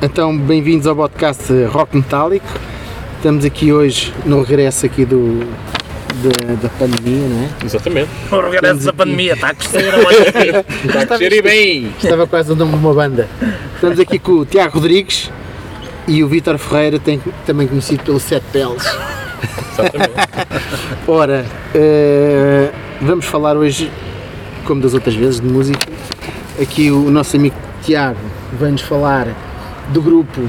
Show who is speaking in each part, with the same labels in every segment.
Speaker 1: Então, bem-vindos ao podcast Rock Metálico. Estamos aqui hoje no regresso aqui do, da, da pandemia, não é?
Speaker 2: Exatamente.
Speaker 3: O regresso da pandemia está a crescer hoje.
Speaker 1: Tá
Speaker 2: Está a crescer e bem.
Speaker 1: Estava quase o nome de uma banda. Estamos aqui com o Tiago Rodrigues e o Vítor Ferreira, tem- também conhecido pelo Sete Peles.
Speaker 2: Exatamente.
Speaker 1: Ora, eh, vamos falar hoje, como das outras vezes, de música. Aqui o nosso amigo Tiago vai-nos falar do grupo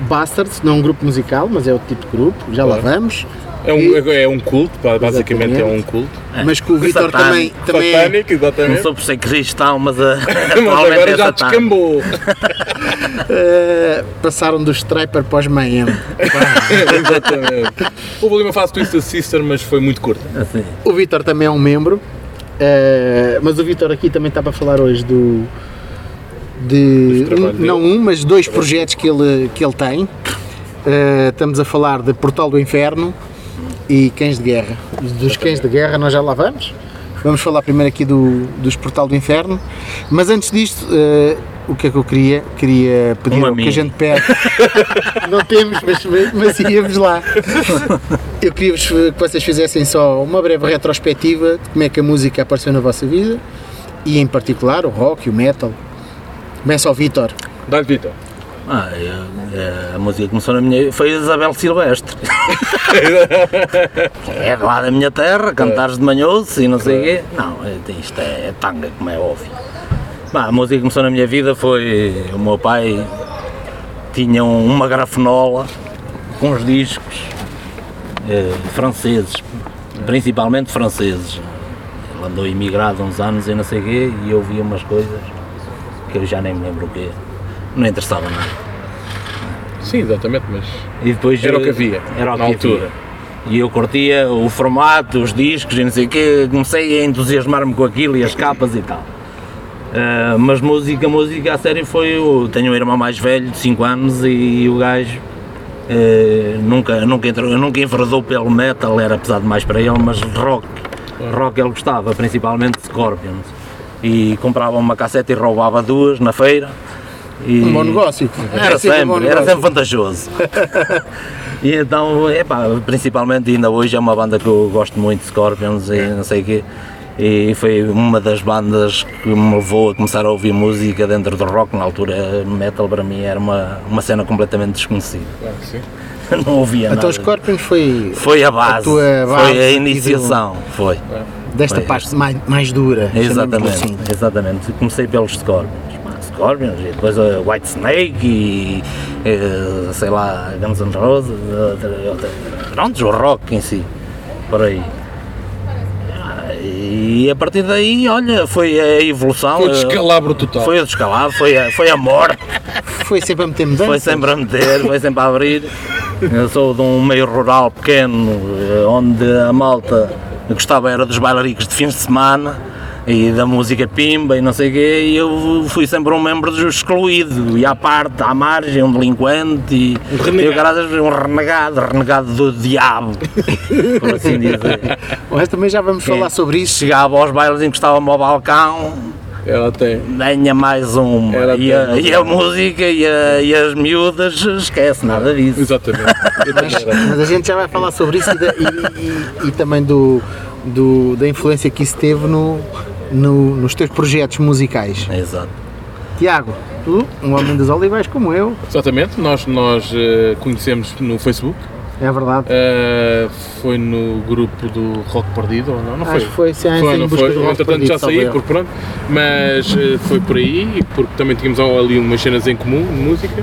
Speaker 1: Bastards, não é um grupo musical, mas é o tipo de grupo, já lá
Speaker 2: Claro.
Speaker 1: vamos.
Speaker 2: É um, é um culto, pá, basicamente é um
Speaker 1: Exatamente.
Speaker 2: culto.
Speaker 1: Mas que o Vítor
Speaker 3: Satânico.
Speaker 1: também, também é-
Speaker 2: É. Satânico,
Speaker 3: Não
Speaker 2: exatamente.
Speaker 3: sou por ser cristão, mas a,
Speaker 2: Mas
Speaker 3: atualmente
Speaker 2: agora
Speaker 3: é
Speaker 2: já
Speaker 3: satânico.
Speaker 2: descambou.
Speaker 1: eh, passaram do Striper para os Mayhem.
Speaker 2: É, exatamente. O Bolima faz Twisted Sister, mas foi muito curta.
Speaker 3: Assim.
Speaker 1: O Vítor também é um membro, eh, mas o Vítor aqui também está para falar hoje do. De,
Speaker 2: Dos trabalhos
Speaker 1: um- não um, mas dois projetos que ele, que ele tem. Eh, estamos a falar de Portal do Inferno e Cães de Guerra. Dos Cães de Guerra nós já lá vamos. Vamos falar primeiro aqui do, dos Portal do Inferno. Mas antes disto, eh, o que é que eu queria? Queria pedir
Speaker 3: Uma
Speaker 1: o que a
Speaker 3: mini.
Speaker 1: gente pede. não temos, mas, mas íamos lá. Eu queria-vos eh, que vocês fizessem só uma breve retrospectiva de como é que a música apareceu na vossa vida e, em particular, o rock e o metal. Começa ao Vítor.
Speaker 2: Dá-lhe, Vitor.
Speaker 3: Ah, eu- é, a música começou na minha. Foi a Isabel Silvestre. é lá da minha terra, cantares de manhoso e não sei o quê. Não, é- isto é, é tanga, como é óbvio. Bah, a música que começou na minha vida foi. O meu pai tinha um- uma grafenola com os discos eh, franceses, principalmente franceses. Ele andou imigrado uns anos e não sei o quê e eu via umas coisas que eu já nem me lembro o quê. Não interessava nada.
Speaker 2: Sim, exatamente, mas.
Speaker 3: E depois
Speaker 2: Era o que
Speaker 3: eh,
Speaker 2: havia,
Speaker 3: Era o
Speaker 2: na
Speaker 3: que
Speaker 2: altura.
Speaker 3: havia. E eu curtia o formato, os discos e não sei o quê, comecei a entusiasmar-me com aquilo e as capas e tal. Ah, mas música, música a sério foi. o tenho um irmão mais velho de 5 anos e o gajo eh, nunca, nunca, entrou, nunca enverdou pelo metal, era pesado mais para ele, mas rock. Rock ele gostava, principalmente Scorpions. E comprava uma cassete e roubava duas na feira. E...
Speaker 1: Um bom negócio.
Speaker 3: Hum. Era
Speaker 1: um bom
Speaker 3: sempre, era
Speaker 1: negócio.
Speaker 3: sempre vantajoso. e então, epá, principalmente ainda hoje é uma banda que eu gosto muito, Scorpions e não sei o quê. E foi uma das bandas que me levou a começar a ouvir música dentro do rock. Na altura, metal para mim era uma, uma cena completamente desconhecida.
Speaker 2: Claro que sim.
Speaker 3: Não ouvia
Speaker 1: Então,
Speaker 3: nada.
Speaker 1: os Scorpions foi
Speaker 3: Foi a base,
Speaker 1: tua base
Speaker 3: foi a
Speaker 1: e do-
Speaker 3: iniciação, foi.
Speaker 1: desta
Speaker 3: Foi.
Speaker 1: parte mais, mais dura. chamemos-lhe
Speaker 3: Exatamente,
Speaker 1: assim.
Speaker 3: exatamente. Comecei pelos Scorpions. pá, Scorpions, e depois a White Snake e, eh, sei lá, Guns N' Roses, outra- outra- pronto, o rock em si, por aí. Ah, E a partir daí, olha, foi a evolução.
Speaker 2: Foi o
Speaker 3: eh,
Speaker 2: descalabro total.
Speaker 3: Foi o descalabro, foi a, foi a morte,
Speaker 1: Foi sempre a meter mudança.
Speaker 3: foi sempre a meter, foi sempre a abrir. Eu sou de um meio rural pequeno, eh, onde a malta gostava era dos bailaricos de fins de semana e da música pimba e não sei o quê, e eu fui sempre um membro dos excluído, e à parte, à margem, um delinquente, e
Speaker 2: Um renegado.
Speaker 3: e o caralho, um renegado, renegado do diabo, por assim dizer.
Speaker 1: Mas também já vamos falar sobre isso.
Speaker 3: Chegava aos bailes, encostava-me ao balcão,
Speaker 2: Ela tem.
Speaker 3: Venha mais uma.
Speaker 2: Era
Speaker 3: E a,
Speaker 2: apenas
Speaker 3: e a música e, a- e as miúdas, esquece nada disso.
Speaker 2: Exatamente. Eu também era.
Speaker 1: Mas a gente já vai falar sobre isso e, da- e- e- e também do, do- da influência que isso teve no- no- nos teus projetos musicais.
Speaker 3: Exato.
Speaker 1: Tiago, tu, um homem das olivais como eu,
Speaker 2: Exatamente, nós, nós eh, conhecemos no Facebook.
Speaker 1: é verdade.
Speaker 2: Eh, foi no grupo do Rock Perdido ou não? Não
Speaker 1: Acho que foi, sim,
Speaker 2: Foi,
Speaker 1: sim, em
Speaker 2: não
Speaker 1: busca
Speaker 2: foi?
Speaker 1: do Rock
Speaker 2: Entretanto já
Speaker 1: Perdido, salvo
Speaker 2: saí,
Speaker 1: erro.
Speaker 2: porque pronto. Mas eh, foi por aí, porque também tínhamos ali umas cenas em comum de música.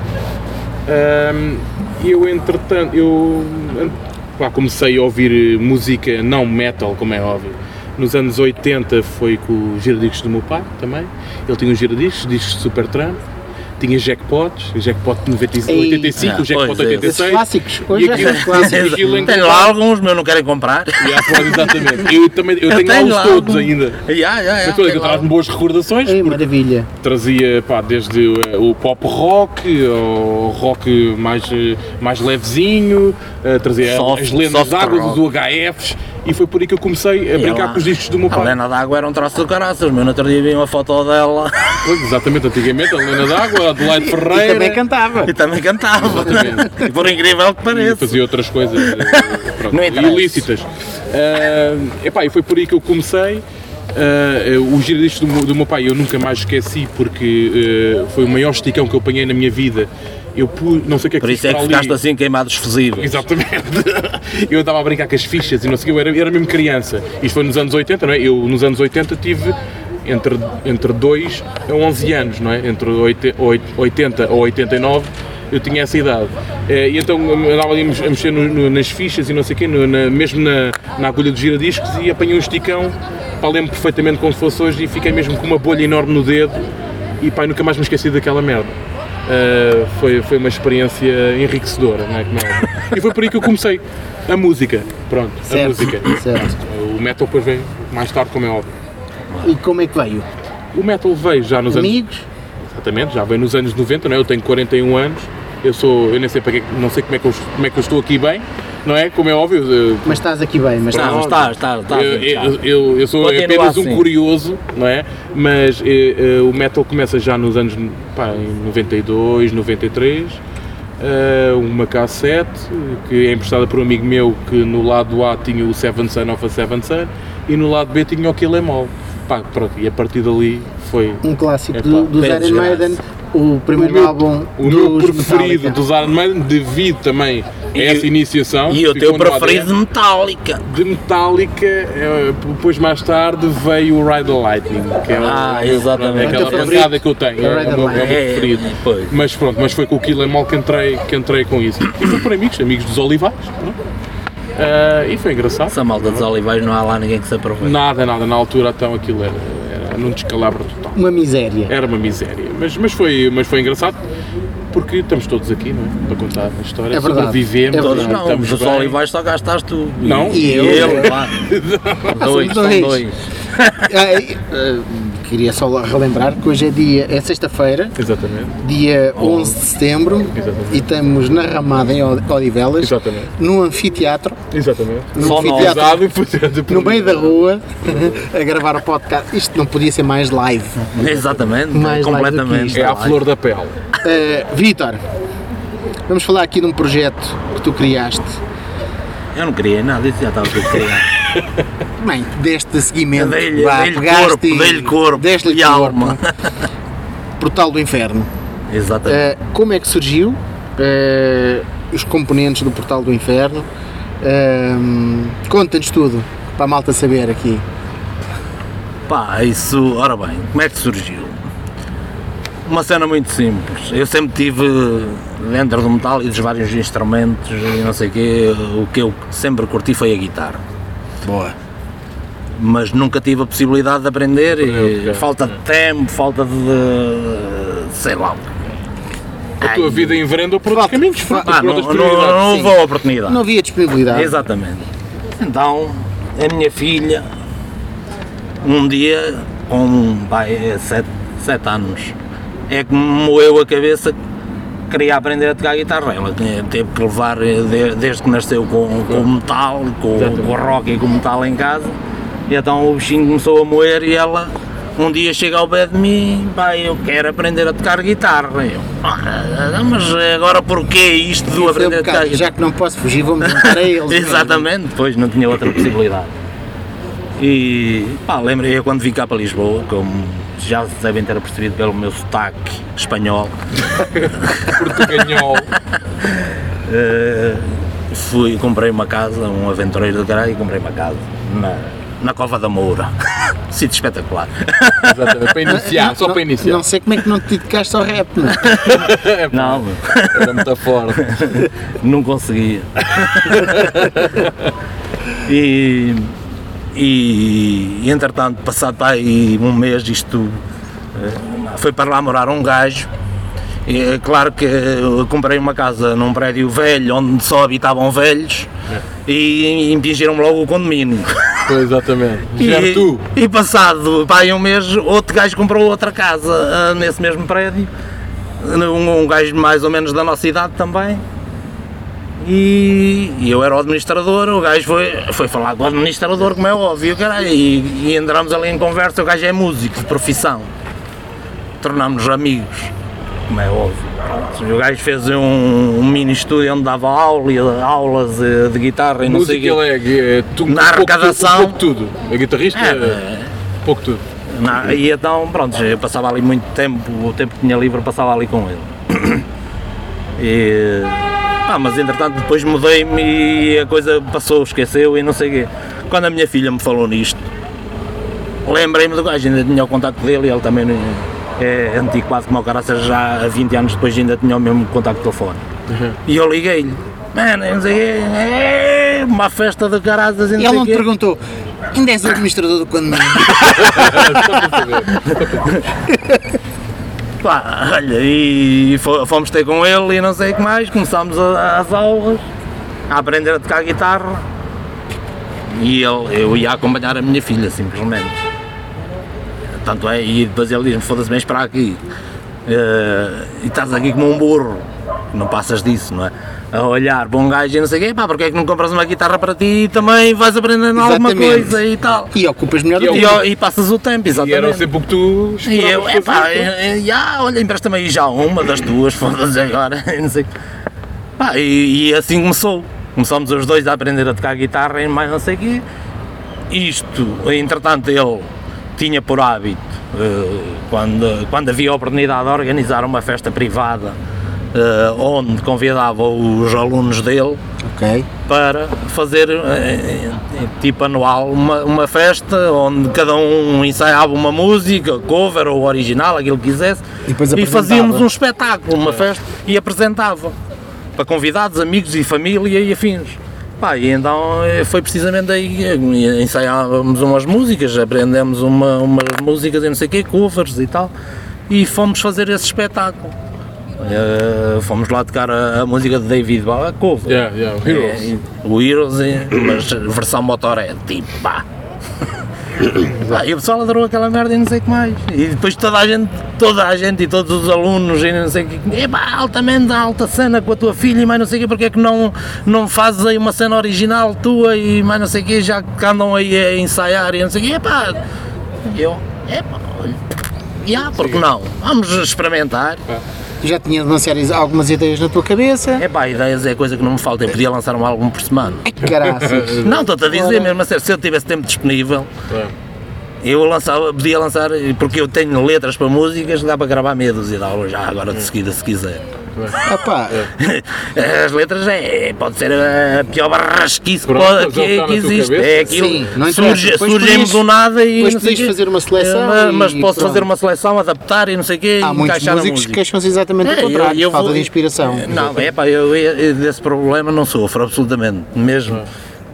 Speaker 2: Ahm, eu entretanto, eu an- pá, comecei a ouvir música não metal, como é óbvio. Nos anos 80 foi com os giradiscos do meu pai também. Ele tinha os giradiscos, discos de Supertramp. Tinha jackpots, o jackpot de 95,
Speaker 1: Ei,
Speaker 2: 85, o
Speaker 3: ah,
Speaker 2: jackpot
Speaker 3: pois é.
Speaker 2: 86.
Speaker 1: Esses clássicos, hoje
Speaker 2: E
Speaker 1: já
Speaker 2: aquilo-
Speaker 1: são clássicos.
Speaker 2: Exato. aquilo é um em que
Speaker 3: Tenho lá
Speaker 2: vai-
Speaker 3: alguns, mas não querem comprar.
Speaker 2: Yeah, claro, exatamente. Eu, também, eu, tenho, lá É, os todos ainda.
Speaker 3: Yeah, yeah,
Speaker 2: Mas
Speaker 3: yeah,
Speaker 2: todos
Speaker 3: tenho
Speaker 2: eu
Speaker 3: lá
Speaker 2: traz-me boas recordações,
Speaker 1: Ei,
Speaker 2: porque
Speaker 1: maravilha.
Speaker 2: trazia pá, desde eh, o pop rock, ao rock mais, eh, mais levezinho, eh, trazia
Speaker 3: Soft-
Speaker 2: as lendas
Speaker 3: soft
Speaker 2: d'água,
Speaker 3: rock.
Speaker 2: os UHFs, e foi por aí que eu comecei a brincar com os discos do meu
Speaker 3: A
Speaker 2: pai.
Speaker 3: Helena d'Água era um troço de caraças, meu. No outro dia vi uma foto dela
Speaker 2: Pois, exatamente, antigamente, a Helena d'Água, a Adelaide Ferreira.
Speaker 1: E também cantava.
Speaker 3: e também cantava.
Speaker 2: Exatamente.
Speaker 3: Por incrível que
Speaker 2: e
Speaker 3: pareça.
Speaker 2: fazia outras coisas eh, pronto,
Speaker 3: Não interessa.
Speaker 2: ilícitas. Ah, epá, e foi por aí que eu comecei. Ah, os giradiscos do, meu- do meu pai eu nunca mais esqueci porque eh, foi o maior esticão que eu apanhei na minha vida. Eu pu- não sei o que é que
Speaker 3: Por
Speaker 2: fiz
Speaker 3: isso é que
Speaker 2: para
Speaker 3: ficaste
Speaker 2: ali.
Speaker 3: assim queimado fusíveis.
Speaker 2: Exatamente. Eu andava a brincar com as fichas e não sei o que, eu era, era mesmo criança. Isto foi nos anos 80, não é? Eu nos anos 80 tive entre, entre 2 a 11 anos, não é? Entre oite- oit- 80 ou 89 eu tinha essa idade. Eh, E então eu andava ali a mex- a mexer no- no- nas fichas e não sei o quê, no- na- mesmo na, na agulha dos giradiscos e apanhei um esticão, pá, lembro perfeitamente como se fosse hoje e fiquei mesmo com uma bolha enorme no dedo e pá, nunca mais me esqueci daquela merda. Uh, foi, foi uma experiência enriquecedora, não é? Como é óbvio. e foi por aí que eu comecei a música. Pronto, a
Speaker 1: Certo,
Speaker 2: música.
Speaker 1: certo.
Speaker 2: O metal depois vem mais tarde, como é óbvio.
Speaker 1: E como é que veio?
Speaker 2: O metal veio já nos anos.
Speaker 1: Amigos?
Speaker 2: Exatamente, já veio nos anos 90, não é? Eu tenho 41 anos, eu sou. Eu nem sei, para que, não sei como, é que eu, como é que eu estou aqui bem, não é? Como é óbvio. eu-
Speaker 1: Mas estás aqui bem, mas
Speaker 3: Não,
Speaker 1: estás...
Speaker 3: está, está, está.
Speaker 2: eu, eu, eu- eu sou
Speaker 3: Tá, Continua
Speaker 2: apenas um
Speaker 3: assim.
Speaker 2: curioso, não é? Mas eh, eh, o metal começa já nos anos pá, em 92, 93. eh, uma cassete que é emprestada por um amigo meu que no lado A tinha o Seven Sun of a Seven Sun e no lado B tinha o Kill Em All. Pá, pronto, e a partir dali foi
Speaker 1: Um clássico
Speaker 2: Epá,
Speaker 1: do, dos
Speaker 3: bem
Speaker 1: Iron
Speaker 3: desgraça.
Speaker 1: Maiden, o
Speaker 2: o
Speaker 1: primeiro
Speaker 2: meu,
Speaker 1: álbum
Speaker 2: o
Speaker 1: dos
Speaker 2: meu preferido
Speaker 1: Metallica.
Speaker 2: dos Iron Maiden devido também a
Speaker 3: E-
Speaker 2: essa iniciação.
Speaker 3: E o
Speaker 2: ficou
Speaker 3: teu
Speaker 2: no ADN.
Speaker 3: preferido de metálica.
Speaker 2: De Metallica, eh, depois mais tarde veio o Ride the Lightning, que é, o-
Speaker 3: Ah,
Speaker 2: é o-
Speaker 3: exatamente.
Speaker 2: é aquela
Speaker 1: Teu favorito?
Speaker 2: pancada que eu tenho, é,
Speaker 1: Ride the
Speaker 2: o meu, é o meu
Speaker 3: Lightning. É,
Speaker 2: preferido.
Speaker 3: pois.
Speaker 2: Mas pronto, mas foi com o Kill Em All que entrei, que entrei com isso. E foi por amigos, amigos dos Olivais, pronto. Ah, e foi engraçado.
Speaker 3: Essa malta dos olivais não há lá ninguém que se aproveite.
Speaker 2: Nada, nada, na altura então aquilo era, era num descalabro total.
Speaker 1: Uma miséria.
Speaker 2: Era uma miséria, mas, mas, foi, mas foi engraçado porque estamos todos aqui, não é? Para contar a história,
Speaker 1: É verdade.
Speaker 2: sobrevivemos,
Speaker 1: É
Speaker 3: Todos
Speaker 1: verdade.
Speaker 3: não,
Speaker 2: estamos
Speaker 3: os dos
Speaker 2: bem.
Speaker 3: olivais só gastaste tu.
Speaker 2: Não.
Speaker 3: E
Speaker 1: E eu.
Speaker 3: eu, lá.
Speaker 1: somos
Speaker 3: dois, são
Speaker 1: dois.
Speaker 3: dois.
Speaker 1: Ai, ah, queria só relembrar que hoje é dia, é sexta-feira,
Speaker 2: Exatamente.
Speaker 1: dia 11 de setembro,
Speaker 2: Exatamente.
Speaker 1: e estamos na Ramada em Ol- Odivelas,
Speaker 2: Exatamente.
Speaker 1: num anfiteatro,
Speaker 2: Exatamente.
Speaker 1: num
Speaker 3: Só nós.
Speaker 1: anfiteatro
Speaker 2: Pesado e portanto,
Speaker 1: no meio da rua, a gravar o podcast. Isto não podia ser mais live.
Speaker 3: Exatamente,
Speaker 1: Mais live do que
Speaker 3: completamente.
Speaker 1: isto.
Speaker 2: É à flor da pele.
Speaker 1: Uh, Vitor, vamos falar aqui de um projeto que tu criaste.
Speaker 3: Eu não queria nada, isso já estava tudo criado.
Speaker 1: Bem, deste seguimento.
Speaker 3: Dei-lhe
Speaker 1: vá,
Speaker 3: dei-lhe
Speaker 1: pegaste
Speaker 3: corpo,
Speaker 1: e-
Speaker 3: dei-lhe corpo
Speaker 1: deste
Speaker 3: e alma.
Speaker 1: Portal do Inferno.
Speaker 3: Exatamente.
Speaker 1: Uh, como é que surgiu? uh, os componentes do Portal do Inferno. Uh, Conta-nos tudo, para a malta saber aqui. É.
Speaker 3: Pá, isso, ora bem, como é que surgiu? Uma cena muito simples. Eu sempre tive dentro do metal e dos vários instrumentos e não sei o quê, o que eu sempre curti foi a guitarra.
Speaker 1: Boa.
Speaker 3: mas nunca tive a possibilidade de aprender e
Speaker 2: Ok.
Speaker 3: falta de tempo, falta de sei lá.
Speaker 2: A tua vida enverenda por outros caminhos, fruto
Speaker 3: Pá,
Speaker 2: por
Speaker 3: Ah, não,
Speaker 2: outras
Speaker 3: não,
Speaker 2: prioridades.
Speaker 3: não
Speaker 1: sim.
Speaker 3: houve a oportunidade.
Speaker 1: Não havia disponibilidade.
Speaker 3: Exatamente. Então, a minha filha, um dia, com um pai, 7 anos, é que me moeu a cabeça que queria aprender a tocar guitarra. Ela tinha- teve que levar, eh, de- desde que nasceu, com, com o metal, com, com o rock e com o metal em casa. E então o bichinho começou a moer e ela um dia chega ao pé de mim, pai, eu quero aprender a tocar guitarra. E Eu, "Ah, mas agora porquê isto de eu
Speaker 1: Foi um
Speaker 3: aprender a tocar
Speaker 1: bocado,
Speaker 3: guitarra?
Speaker 1: já que não posso fugir, vou-me juntar a eles. é?"
Speaker 3: Exatamente, pois não tinha outra possibilidade. E pá, lembrei eu quando vim cá para Lisboa, como já se devem ter percebido pelo meu sotaque espanhol,
Speaker 2: Portuganhol.
Speaker 3: eh, fui comprei uma casa, um aventureiro do caralho, e comprei uma casa na, na Cova da Moura. Sítio espetacular.
Speaker 2: Exatamente. Para iniciar, só
Speaker 1: não,
Speaker 2: para iniciar.
Speaker 1: Não sei como é que não te dedicaste ao rap, não.
Speaker 3: Não,
Speaker 2: Era muito forte.
Speaker 3: não conseguia. e, e entretanto, passado pá, aí um mês, isto eh, foi para lá morar um gajo. E, é claro que eu comprei uma casa num prédio velho onde só habitavam velhos e impingiram-me logo o condomínio.
Speaker 2: Pois, exatamente. Já
Speaker 3: E,
Speaker 2: tu.
Speaker 3: e passado pá, aí um mês, outro gajo comprou outra casa ah, nesse mesmo prédio. Um, um gajo mais ou menos da nossa idade também. E e eu era o administrador, o gajo foi, foi falar com o administrador, como é óbvio, caralho, e, e entramos ali em conversa, o gajo é músico de profissão. Tornámos-nos amigos, como é óbvio. Pronto, e o gajo fez um, um mini estúdio onde dava aula, aulas eh, de guitarra e não sei o
Speaker 2: Música,
Speaker 3: quê.
Speaker 2: ele é, é tu,
Speaker 3: Na
Speaker 2: um pouco
Speaker 3: arrecadação.
Speaker 2: tu- um pouco tudo. É guitarrista,
Speaker 3: É,
Speaker 2: é, pouco tudo.
Speaker 3: Na- e então, pronto, eu passava ali muito tempo, o tempo que tinha livre passava ali com ele. E, pá, mas entretanto depois mudei-me e a coisa passou, esqueceu e não sei o quê. Quando a minha filha me falou nisto, lembrei-me do gajo, ainda tinha o contacto dele e ele também não- é antigo quase como o cara, já há 20 anos depois ainda tinha o mesmo contacto de telefone.
Speaker 1: Uhum.
Speaker 3: E eu liguei-lhe, mano, não sei o quê, é uma festa de carazas e não
Speaker 1: E ele
Speaker 3: sei o
Speaker 1: não te
Speaker 3: quê."
Speaker 1: perguntou, ainda és o administrador do condomínio?
Speaker 3: Pá, olha, e fo- fomos ter com ele e não sei o que mais, começámos a- as aulas, a aprender a tocar guitarra. E ele, eu ia acompanhar a minha filha, simplesmente. Tanto é, e depois ele diz-me, foda-se bem esperar aqui. Eh, e estás aqui como um burro, não passas disso, não é? A olhar para um gajo e não sei o quê, pá, porque é que não compras uma guitarra para ti e também vais aprendendo alguma
Speaker 1: Exatamente.
Speaker 3: coisa e tal.
Speaker 1: E ocupas melhor do
Speaker 2: E eu-
Speaker 1: que
Speaker 3: E, ó, e passas o tempo, exatamente.
Speaker 2: E era sempre o que tu
Speaker 3: E eu,
Speaker 2: esperavas
Speaker 3: epá,
Speaker 2: fazer.
Speaker 3: eh, eh, já, olha, empresta-me aí já uma das duas, foda-se agora, não sei. Pá, e, e assim começou. Começámos os dois a aprender a tocar guitarra e mais não sei o quê. Isto, entretanto, ele tinha por hábito, eh, quando, quando havia a oportunidade de organizar uma festa privada, eh, onde convidava os alunos dele,
Speaker 1: Ok.
Speaker 3: para fazer eh, eh, tipo anual uma, uma festa onde cada um ensaiava uma música, cover ou original, aquilo que quisesse,
Speaker 1: E depois apresentava.
Speaker 3: fazíamos um espetáculo, uma festa e apresentava para convidados, amigos e família e afins. Pá, e então eh, foi precisamente aí eh, ensaiávamos umas músicas, aprendemos uma, umas músicas e não sei o quê, covers e tal, e fomos fazer esse espetáculo. Eh, fomos lá tocar a, a música de David Bowie, a cover.
Speaker 2: Yeah, yeah, o Heroes.
Speaker 3: É, o Heroes, é, mas versão motoré, tipo pá. Ah, e o pessoal adorou aquela merda e não sei o que mais. E depois toda a gente, toda a gente e todos os alunos e não sei o que. Epá, altamente alta cena com a tua filha e mais não sei o que, porque é que não, não fazes aí uma cena original tua e mais não sei o que, já que andam aí a ensaiar e não sei o que. Epá, E eu, epá, olha, já, porque não? Vamos experimentar.
Speaker 1: Já tinha de lançar is- algumas ideias na tua cabeça.
Speaker 3: Epá, ideias é coisa que não me falta, eu podia lançar um álbum por semana.
Speaker 1: Ai, caraças.
Speaker 3: Não, estou-te a dizer
Speaker 1: Ora.
Speaker 3: mesmo a sério, se eu tivesse tempo disponível,
Speaker 2: Claro.
Speaker 3: eu lançava, podia lançar, porque eu tenho letras para músicas, dá para gravar meia dúzia de aulas já agora de seguida, se quiser.
Speaker 1: Opa,
Speaker 3: As letras é, pode ser a pior barrasquice que,
Speaker 2: Pronto,
Speaker 3: pode-
Speaker 2: mas
Speaker 3: que,
Speaker 2: é o que está
Speaker 3: que
Speaker 2: na tua
Speaker 3: existe.
Speaker 2: cabeça.
Speaker 3: É aquilo,
Speaker 1: Sim, não interessa.
Speaker 3: surge,
Speaker 1: Depois
Speaker 3: surgem
Speaker 1: podias-
Speaker 3: do nada e
Speaker 1: depois
Speaker 3: não sei
Speaker 1: podias
Speaker 3: quê.
Speaker 1: fazer uma seleção
Speaker 3: É, mas
Speaker 1: e
Speaker 3: posso
Speaker 1: pronto.
Speaker 3: fazer uma seleção, adaptar e não sei o quê,
Speaker 1: há
Speaker 3: e
Speaker 1: muitos
Speaker 3: encaixar a
Speaker 1: músicos que
Speaker 3: música.
Speaker 1: queixam-se exatamente
Speaker 3: É,
Speaker 1: do
Speaker 3: eu-
Speaker 1: contrário,
Speaker 3: eu
Speaker 1: falta
Speaker 3: vou-
Speaker 1: de inspiração.
Speaker 3: Não, é pá, eu, eu desse problema não sofro, absolutamente, mesmo.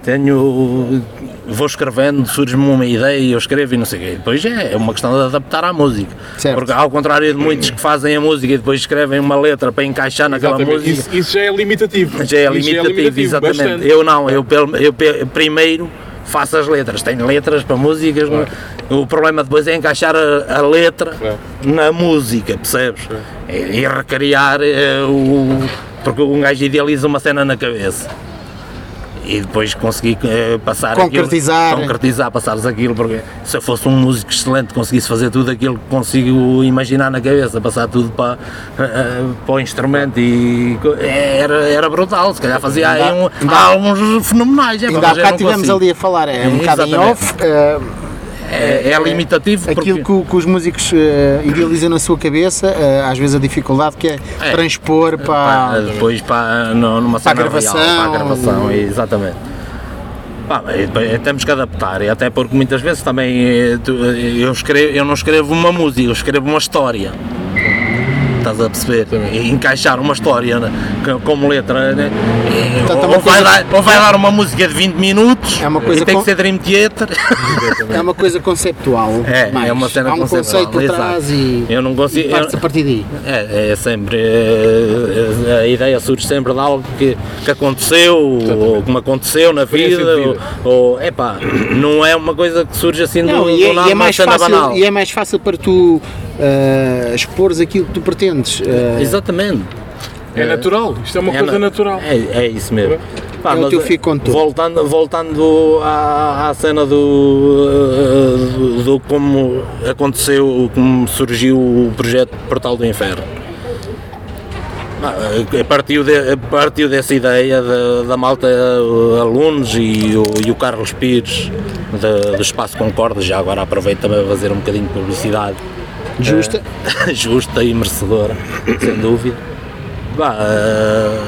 Speaker 3: Tenho. Vou escrevendo, surge-me uma ideia e eu escrevo e não sei o quê. Depois é, é uma questão de adaptar à música.
Speaker 1: Certo.
Speaker 3: Porque ao contrário de muitos que fazem a música e depois escrevem uma letra para encaixar naquela
Speaker 2: Exatamente. Isso,
Speaker 3: música.
Speaker 2: isso já é limitativo.
Speaker 3: Já é
Speaker 2: Isso
Speaker 3: limitativo, exatamente.
Speaker 2: bastante.
Speaker 3: Eu não, eu, pelo- eu pe- primeiro faço as letras. Tenho letras para músicas. O problema depois é encaixar a, a letra
Speaker 2: Claro.
Speaker 3: na música, percebes? É, E, e recriar eh, o. Porque um gajo idealiza uma cena na cabeça. E depois consegui eh, passar
Speaker 1: Concretizar.
Speaker 3: aquilo. Concretizar, passares aquilo, porque se eu fosse um músico excelente conseguisse fazer tudo aquilo que consigo imaginar na cabeça, passar tudo para, eh, para o instrumento e co- eh, era, era brutal, se calhar fazia aí um,
Speaker 1: Ainda-
Speaker 3: álbuns fenomenais. É, pá,
Speaker 1: Ainda há bocado
Speaker 3: mas eu não
Speaker 1: estivemos
Speaker 3: consigo.
Speaker 1: ali a falar, é um bocado em
Speaker 3: Exatamente.
Speaker 1: off, eh,
Speaker 3: É, é limitativo
Speaker 1: aquilo
Speaker 3: porque
Speaker 1: que, o- que os músicos eh, idealizam na sua cabeça, eh, às vezes a dificuldade que é,
Speaker 3: É.
Speaker 1: transpor
Speaker 3: pá, é,
Speaker 1: para...
Speaker 3: depois para, no- numa
Speaker 1: Para a
Speaker 3: cena real, para a
Speaker 1: gravação.
Speaker 3: gravação, exatamente. Pá, e depois temos que adaptar, e até porque muitas vezes também eh, tu- eu, escrevo, eu não escrevo uma música, eu escrevo uma história. Estás a perceber? E encaixar uma história né, co- como letra. Né? E-
Speaker 1: Portanto, é uma
Speaker 3: ou, vai
Speaker 1: coisa-
Speaker 3: dar, ou vai dar uma música de 20 minutos
Speaker 1: É uma coisa
Speaker 3: e tem
Speaker 1: com-
Speaker 3: que ser Dream Theater.
Speaker 1: É uma coisa conceptual,
Speaker 3: É,
Speaker 1: mais.
Speaker 3: é uma cena
Speaker 1: há um
Speaker 3: conceptual,
Speaker 1: conceito por
Speaker 3: exato.
Speaker 1: trás e,
Speaker 3: Eu não consigo-
Speaker 1: e parte
Speaker 3: eu-
Speaker 1: a partir daí.
Speaker 3: É, é sempre. eh, A ideia surge sempre de algo que, que aconteceu, ou que me aconteceu na
Speaker 2: Experiência
Speaker 3: vida,
Speaker 2: de vida.
Speaker 3: ou. ou epá, não é uma coisa que surge assim do,
Speaker 1: Não,
Speaker 3: do
Speaker 1: e é,
Speaker 3: nada,
Speaker 1: e é
Speaker 3: uma
Speaker 1: mais
Speaker 3: cena
Speaker 1: fácil,
Speaker 3: banal.
Speaker 1: e é mais fácil para tu eh, expores aquilo que tu pretendes. eh,
Speaker 3: Exatamente.
Speaker 2: É natural, isto é uma coisa
Speaker 3: na-
Speaker 2: natural. Tá
Speaker 3: É, é isso mesmo. Pá,
Speaker 1: É o
Speaker 3: mas,
Speaker 1: teu fio condutor.
Speaker 3: Voltando, voltando à, à cena do, uh, do, do como aconteceu, como surgiu o projeto Portal do Inferno. Pá, eh, Partiu, de, partiu dessa ideia da, da malta eh, alunos e o, e o Carlos Pires da- do Espaço Concorde, já agora aproveito também para fazer um bocadinho de publicidade É.
Speaker 1: Justa.
Speaker 3: justa e merecedora, sem dúvida. Bah, eh,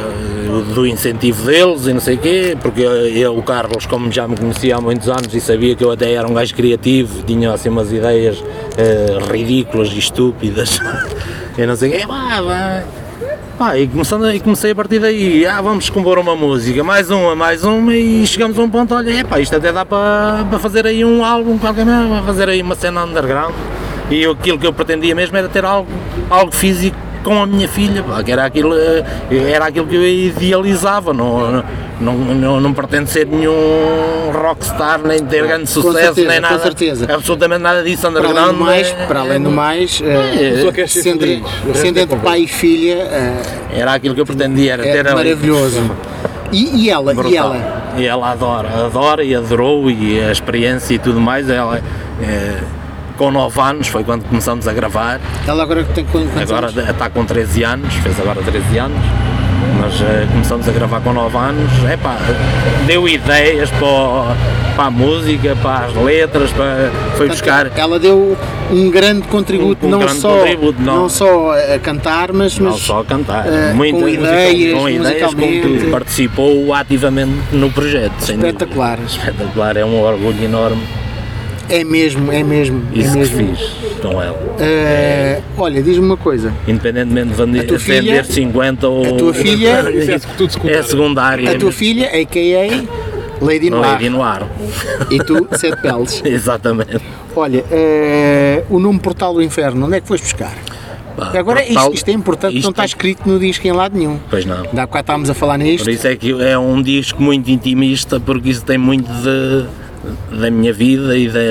Speaker 3: do incentivo deles e não sei o quê, porque eu, o Carlos, como já me conhecia há muitos anos e sabia que eu até era um gajo criativo, tinha assim umas ideias eh, ridículas e estúpidas, eu não sei o quê, bah, vai. Pá, e, começando, e comecei a partir daí, ah, vamos compor uma música, mais uma, mais uma, e chegamos a um ponto, olha, epá, isto até dá para para fazer aí um álbum, qualquer merda, fazer aí uma cena underground. E eu- aquilo que eu pretendia mesmo era ter algo, algo físico com a minha filha, pá, que era aquilo, eh, era aquilo que eu idealizava, não, não, não, não, não pretendo ser nenhum rockstar, nem ter grande sucesso,
Speaker 1: certeza,
Speaker 3: nem
Speaker 1: com
Speaker 3: nada,
Speaker 1: certeza.
Speaker 3: absolutamente nada disso
Speaker 1: Para além do
Speaker 3: underground.
Speaker 1: mais,
Speaker 3: eh,
Speaker 1: para além do mais
Speaker 3: é,
Speaker 1: eh,
Speaker 2: só quer ser
Speaker 1: sendo,
Speaker 2: feliz. O resto
Speaker 1: sendo
Speaker 2: é
Speaker 1: entre
Speaker 2: conversa.
Speaker 1: pai e filha eh,
Speaker 3: Era aquilo que eu pretendia, era
Speaker 1: é,
Speaker 3: ter ali-
Speaker 1: maravilhoso. E, e ela? E
Speaker 3: Brutal.
Speaker 1: ela?
Speaker 3: E ela adora, adora e adorou e a experiência e tudo mais. Ela eh, com 9 anos foi quando começamos a gravar.
Speaker 1: Ela agora que tem quantos
Speaker 3: agora
Speaker 1: anos?
Speaker 3: está com 13 anos, fez agora 13 anos. Mas eh, começamos a gravar com 9 anos. Epá, deu ideias para, o- para a música, para as letras, para, foi buscar.
Speaker 1: Portanto, Ela deu um grande contributo,
Speaker 3: Um- um
Speaker 1: não,
Speaker 3: grande
Speaker 1: só,
Speaker 3: contributo, não.
Speaker 1: não só a cantar, mas,
Speaker 3: Não
Speaker 1: mas
Speaker 3: só a cantar,
Speaker 1: eh,
Speaker 3: muita
Speaker 1: com
Speaker 3: musical-
Speaker 1: ideias,
Speaker 3: com ideias com
Speaker 1: musicalmente.
Speaker 3: tudo. Participou ativamente no projeto, sem dúvida.
Speaker 1: Espetacular.
Speaker 3: Espetacular, é um orgulho enorme
Speaker 1: é mesmo, é mesmo, é
Speaker 3: isso que
Speaker 1: mesmo.
Speaker 3: fiz com ela.
Speaker 1: Eh, olha, diz-me uma coisa.
Speaker 3: Independentemente de
Speaker 1: A tua
Speaker 3: vender,
Speaker 1: filha-
Speaker 3: vender 50 ou.
Speaker 1: a tua filha-
Speaker 2: Isso é tudo secundário.
Speaker 3: É secundária.
Speaker 1: A tua filha, a.k.a. Lady
Speaker 3: Não, Lady
Speaker 1: Noir.
Speaker 3: Noir.
Speaker 1: E tu, Sete Peles.
Speaker 3: Exatamente.
Speaker 1: Olha, eh, o nome Portal do Inferno, onde é que foste buscar?
Speaker 3: Pá,
Speaker 1: Agora, isto,
Speaker 3: Ah, portal-
Speaker 1: isto é importante,
Speaker 3: isto-
Speaker 1: não está escrito no disco em lado nenhum.
Speaker 3: Pois não.
Speaker 1: Da qual estávamos a falar nisto.
Speaker 3: Por isso é que é um disco muito intimista, porque isso tem muito de- da minha vida e da,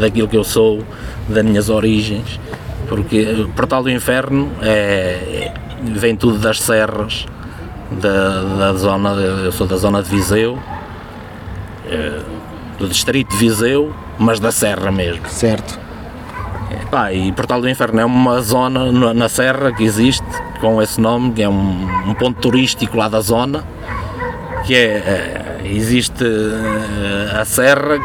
Speaker 3: daquilo que eu sou, das minhas origens. Porque o Portal do Inferno é, vem tudo das serras, da, da zona, de- eu sou da zona de Viseu, eh, do distrito de Viseu, mas da serra mesmo.
Speaker 1: Certo.
Speaker 3: Pá, e Portal do Inferno é uma zona na, na Serra que existe com esse nome, que é um, um ponto turístico lá da zona, que é, eh, existe eh, a Serra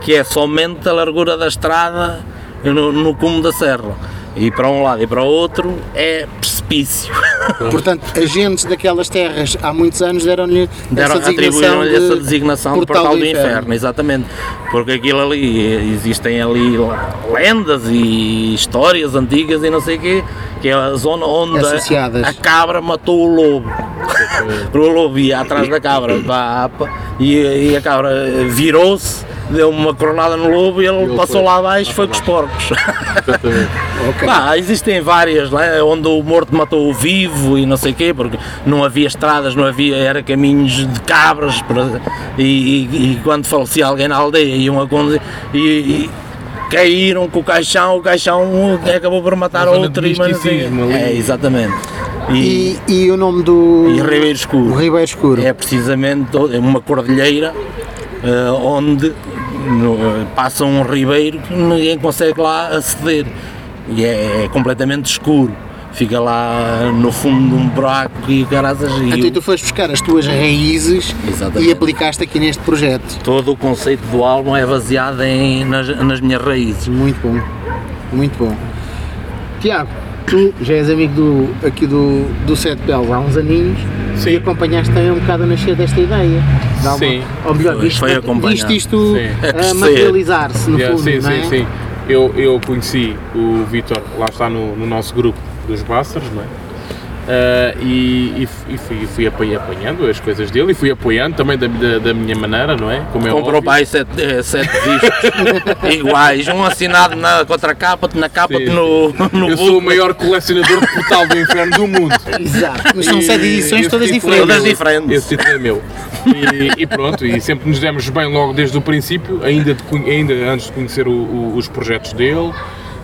Speaker 3: que é somente a largura da estrada no, no cume da Serra. E para um lado e para o outro é precipício.
Speaker 1: Portanto, agentes daquelas terras há muitos anos deram-lhe
Speaker 3: Deram,
Speaker 1: essa designação,
Speaker 3: atribuíram-lhe
Speaker 1: de
Speaker 3: essa designação de Portal, do, inferno. exatamente. Porque aquilo ali, existem ali lendas e histórias antigas e não sei o quê, que é a zona onde
Speaker 1: Associadas.
Speaker 3: a, a cabra matou o lobo. o lobo ia atrás da cabra pá, pá, e, e a cabra virou-se, deu uma coronada no lobo e ele,
Speaker 2: ele
Speaker 3: passou
Speaker 2: foi-
Speaker 3: lá abaixo e foi com os porcos.
Speaker 2: Exatamente.
Speaker 1: Ok.
Speaker 3: Pá, existem várias, lá, onde o morto matou o vivo e não sei o quê, porque não havia estradas, não havia, era caminhos de cabras, para- e, e- e quando falecia alguém na aldeia iam a conduzir, e, e caíram com o caixão, o caixão um acabou por matar
Speaker 2: Uma zona
Speaker 3: outro
Speaker 2: de
Speaker 3: e mais não sei o quê.
Speaker 2: misticismo ali.
Speaker 3: É, exatamente. E,
Speaker 1: E, e o nome do.
Speaker 3: e Ribeiro Escuro.
Speaker 1: O Ribeiro Escuro.
Speaker 3: É precisamente to- é uma cordilheira eh, onde no- passa um ribeiro que ninguém consegue lá aceder e é, é completamente escuro. Fica lá no fundo de um buraco e caraças e
Speaker 1: Então
Speaker 3: o-
Speaker 1: tu foste buscar as tuas raízes
Speaker 3: Exatamente.
Speaker 1: e aplicaste aqui neste projeto.
Speaker 3: todo o conceito do álbum é baseado em, nas, nas minhas raízes.
Speaker 1: Muito bom. Muito bom. Tiago, tu já és amigo do, aqui do, do Sete Peles há uns aninhos
Speaker 2: Sim.
Speaker 1: e acompanhaste também um bocado a nascer desta ideia. De alguma-
Speaker 2: Sim.
Speaker 1: Ou melhor,
Speaker 3: Foi-
Speaker 1: viste,
Speaker 3: foi acompanhar.
Speaker 1: viste isto
Speaker 2: Sim.
Speaker 3: A
Speaker 1: a
Speaker 3: crescer.
Speaker 1: materializar-se no
Speaker 2: Yeah,
Speaker 1: fundo,
Speaker 2: sim,
Speaker 1: não é?
Speaker 2: sim, sim. Eu, eu conheci o Vitor, lá está no, no nosso grupo dos Busters, não é? Ah, e, e f- e fui, fui apanha- apanhando as coisas dele e fui apoiando também da, da, da minha maneira, não é? Como é
Speaker 3: Comprou
Speaker 2: óbvio.
Speaker 3: pai sete, eh, sete discos iguais, um assinado na contracapa, outro na capa,
Speaker 2: Sim,
Speaker 3: outro no, no
Speaker 2: Eu
Speaker 3: buco.
Speaker 2: sou o maior colecionador de portal do inferno do mundo.
Speaker 1: Exato. Mas são
Speaker 2: E
Speaker 1: sete edições
Speaker 2: esse
Speaker 1: todas
Speaker 2: título é
Speaker 1: diferentes.
Speaker 3: Todas
Speaker 2: meu.
Speaker 3: diferentes.
Speaker 2: Esse título é meu. E, e pronto, e sempre nos demos bem logo desde o princípio, ainda, de conhe- ainda antes de conhecer o- o- os projetos dele.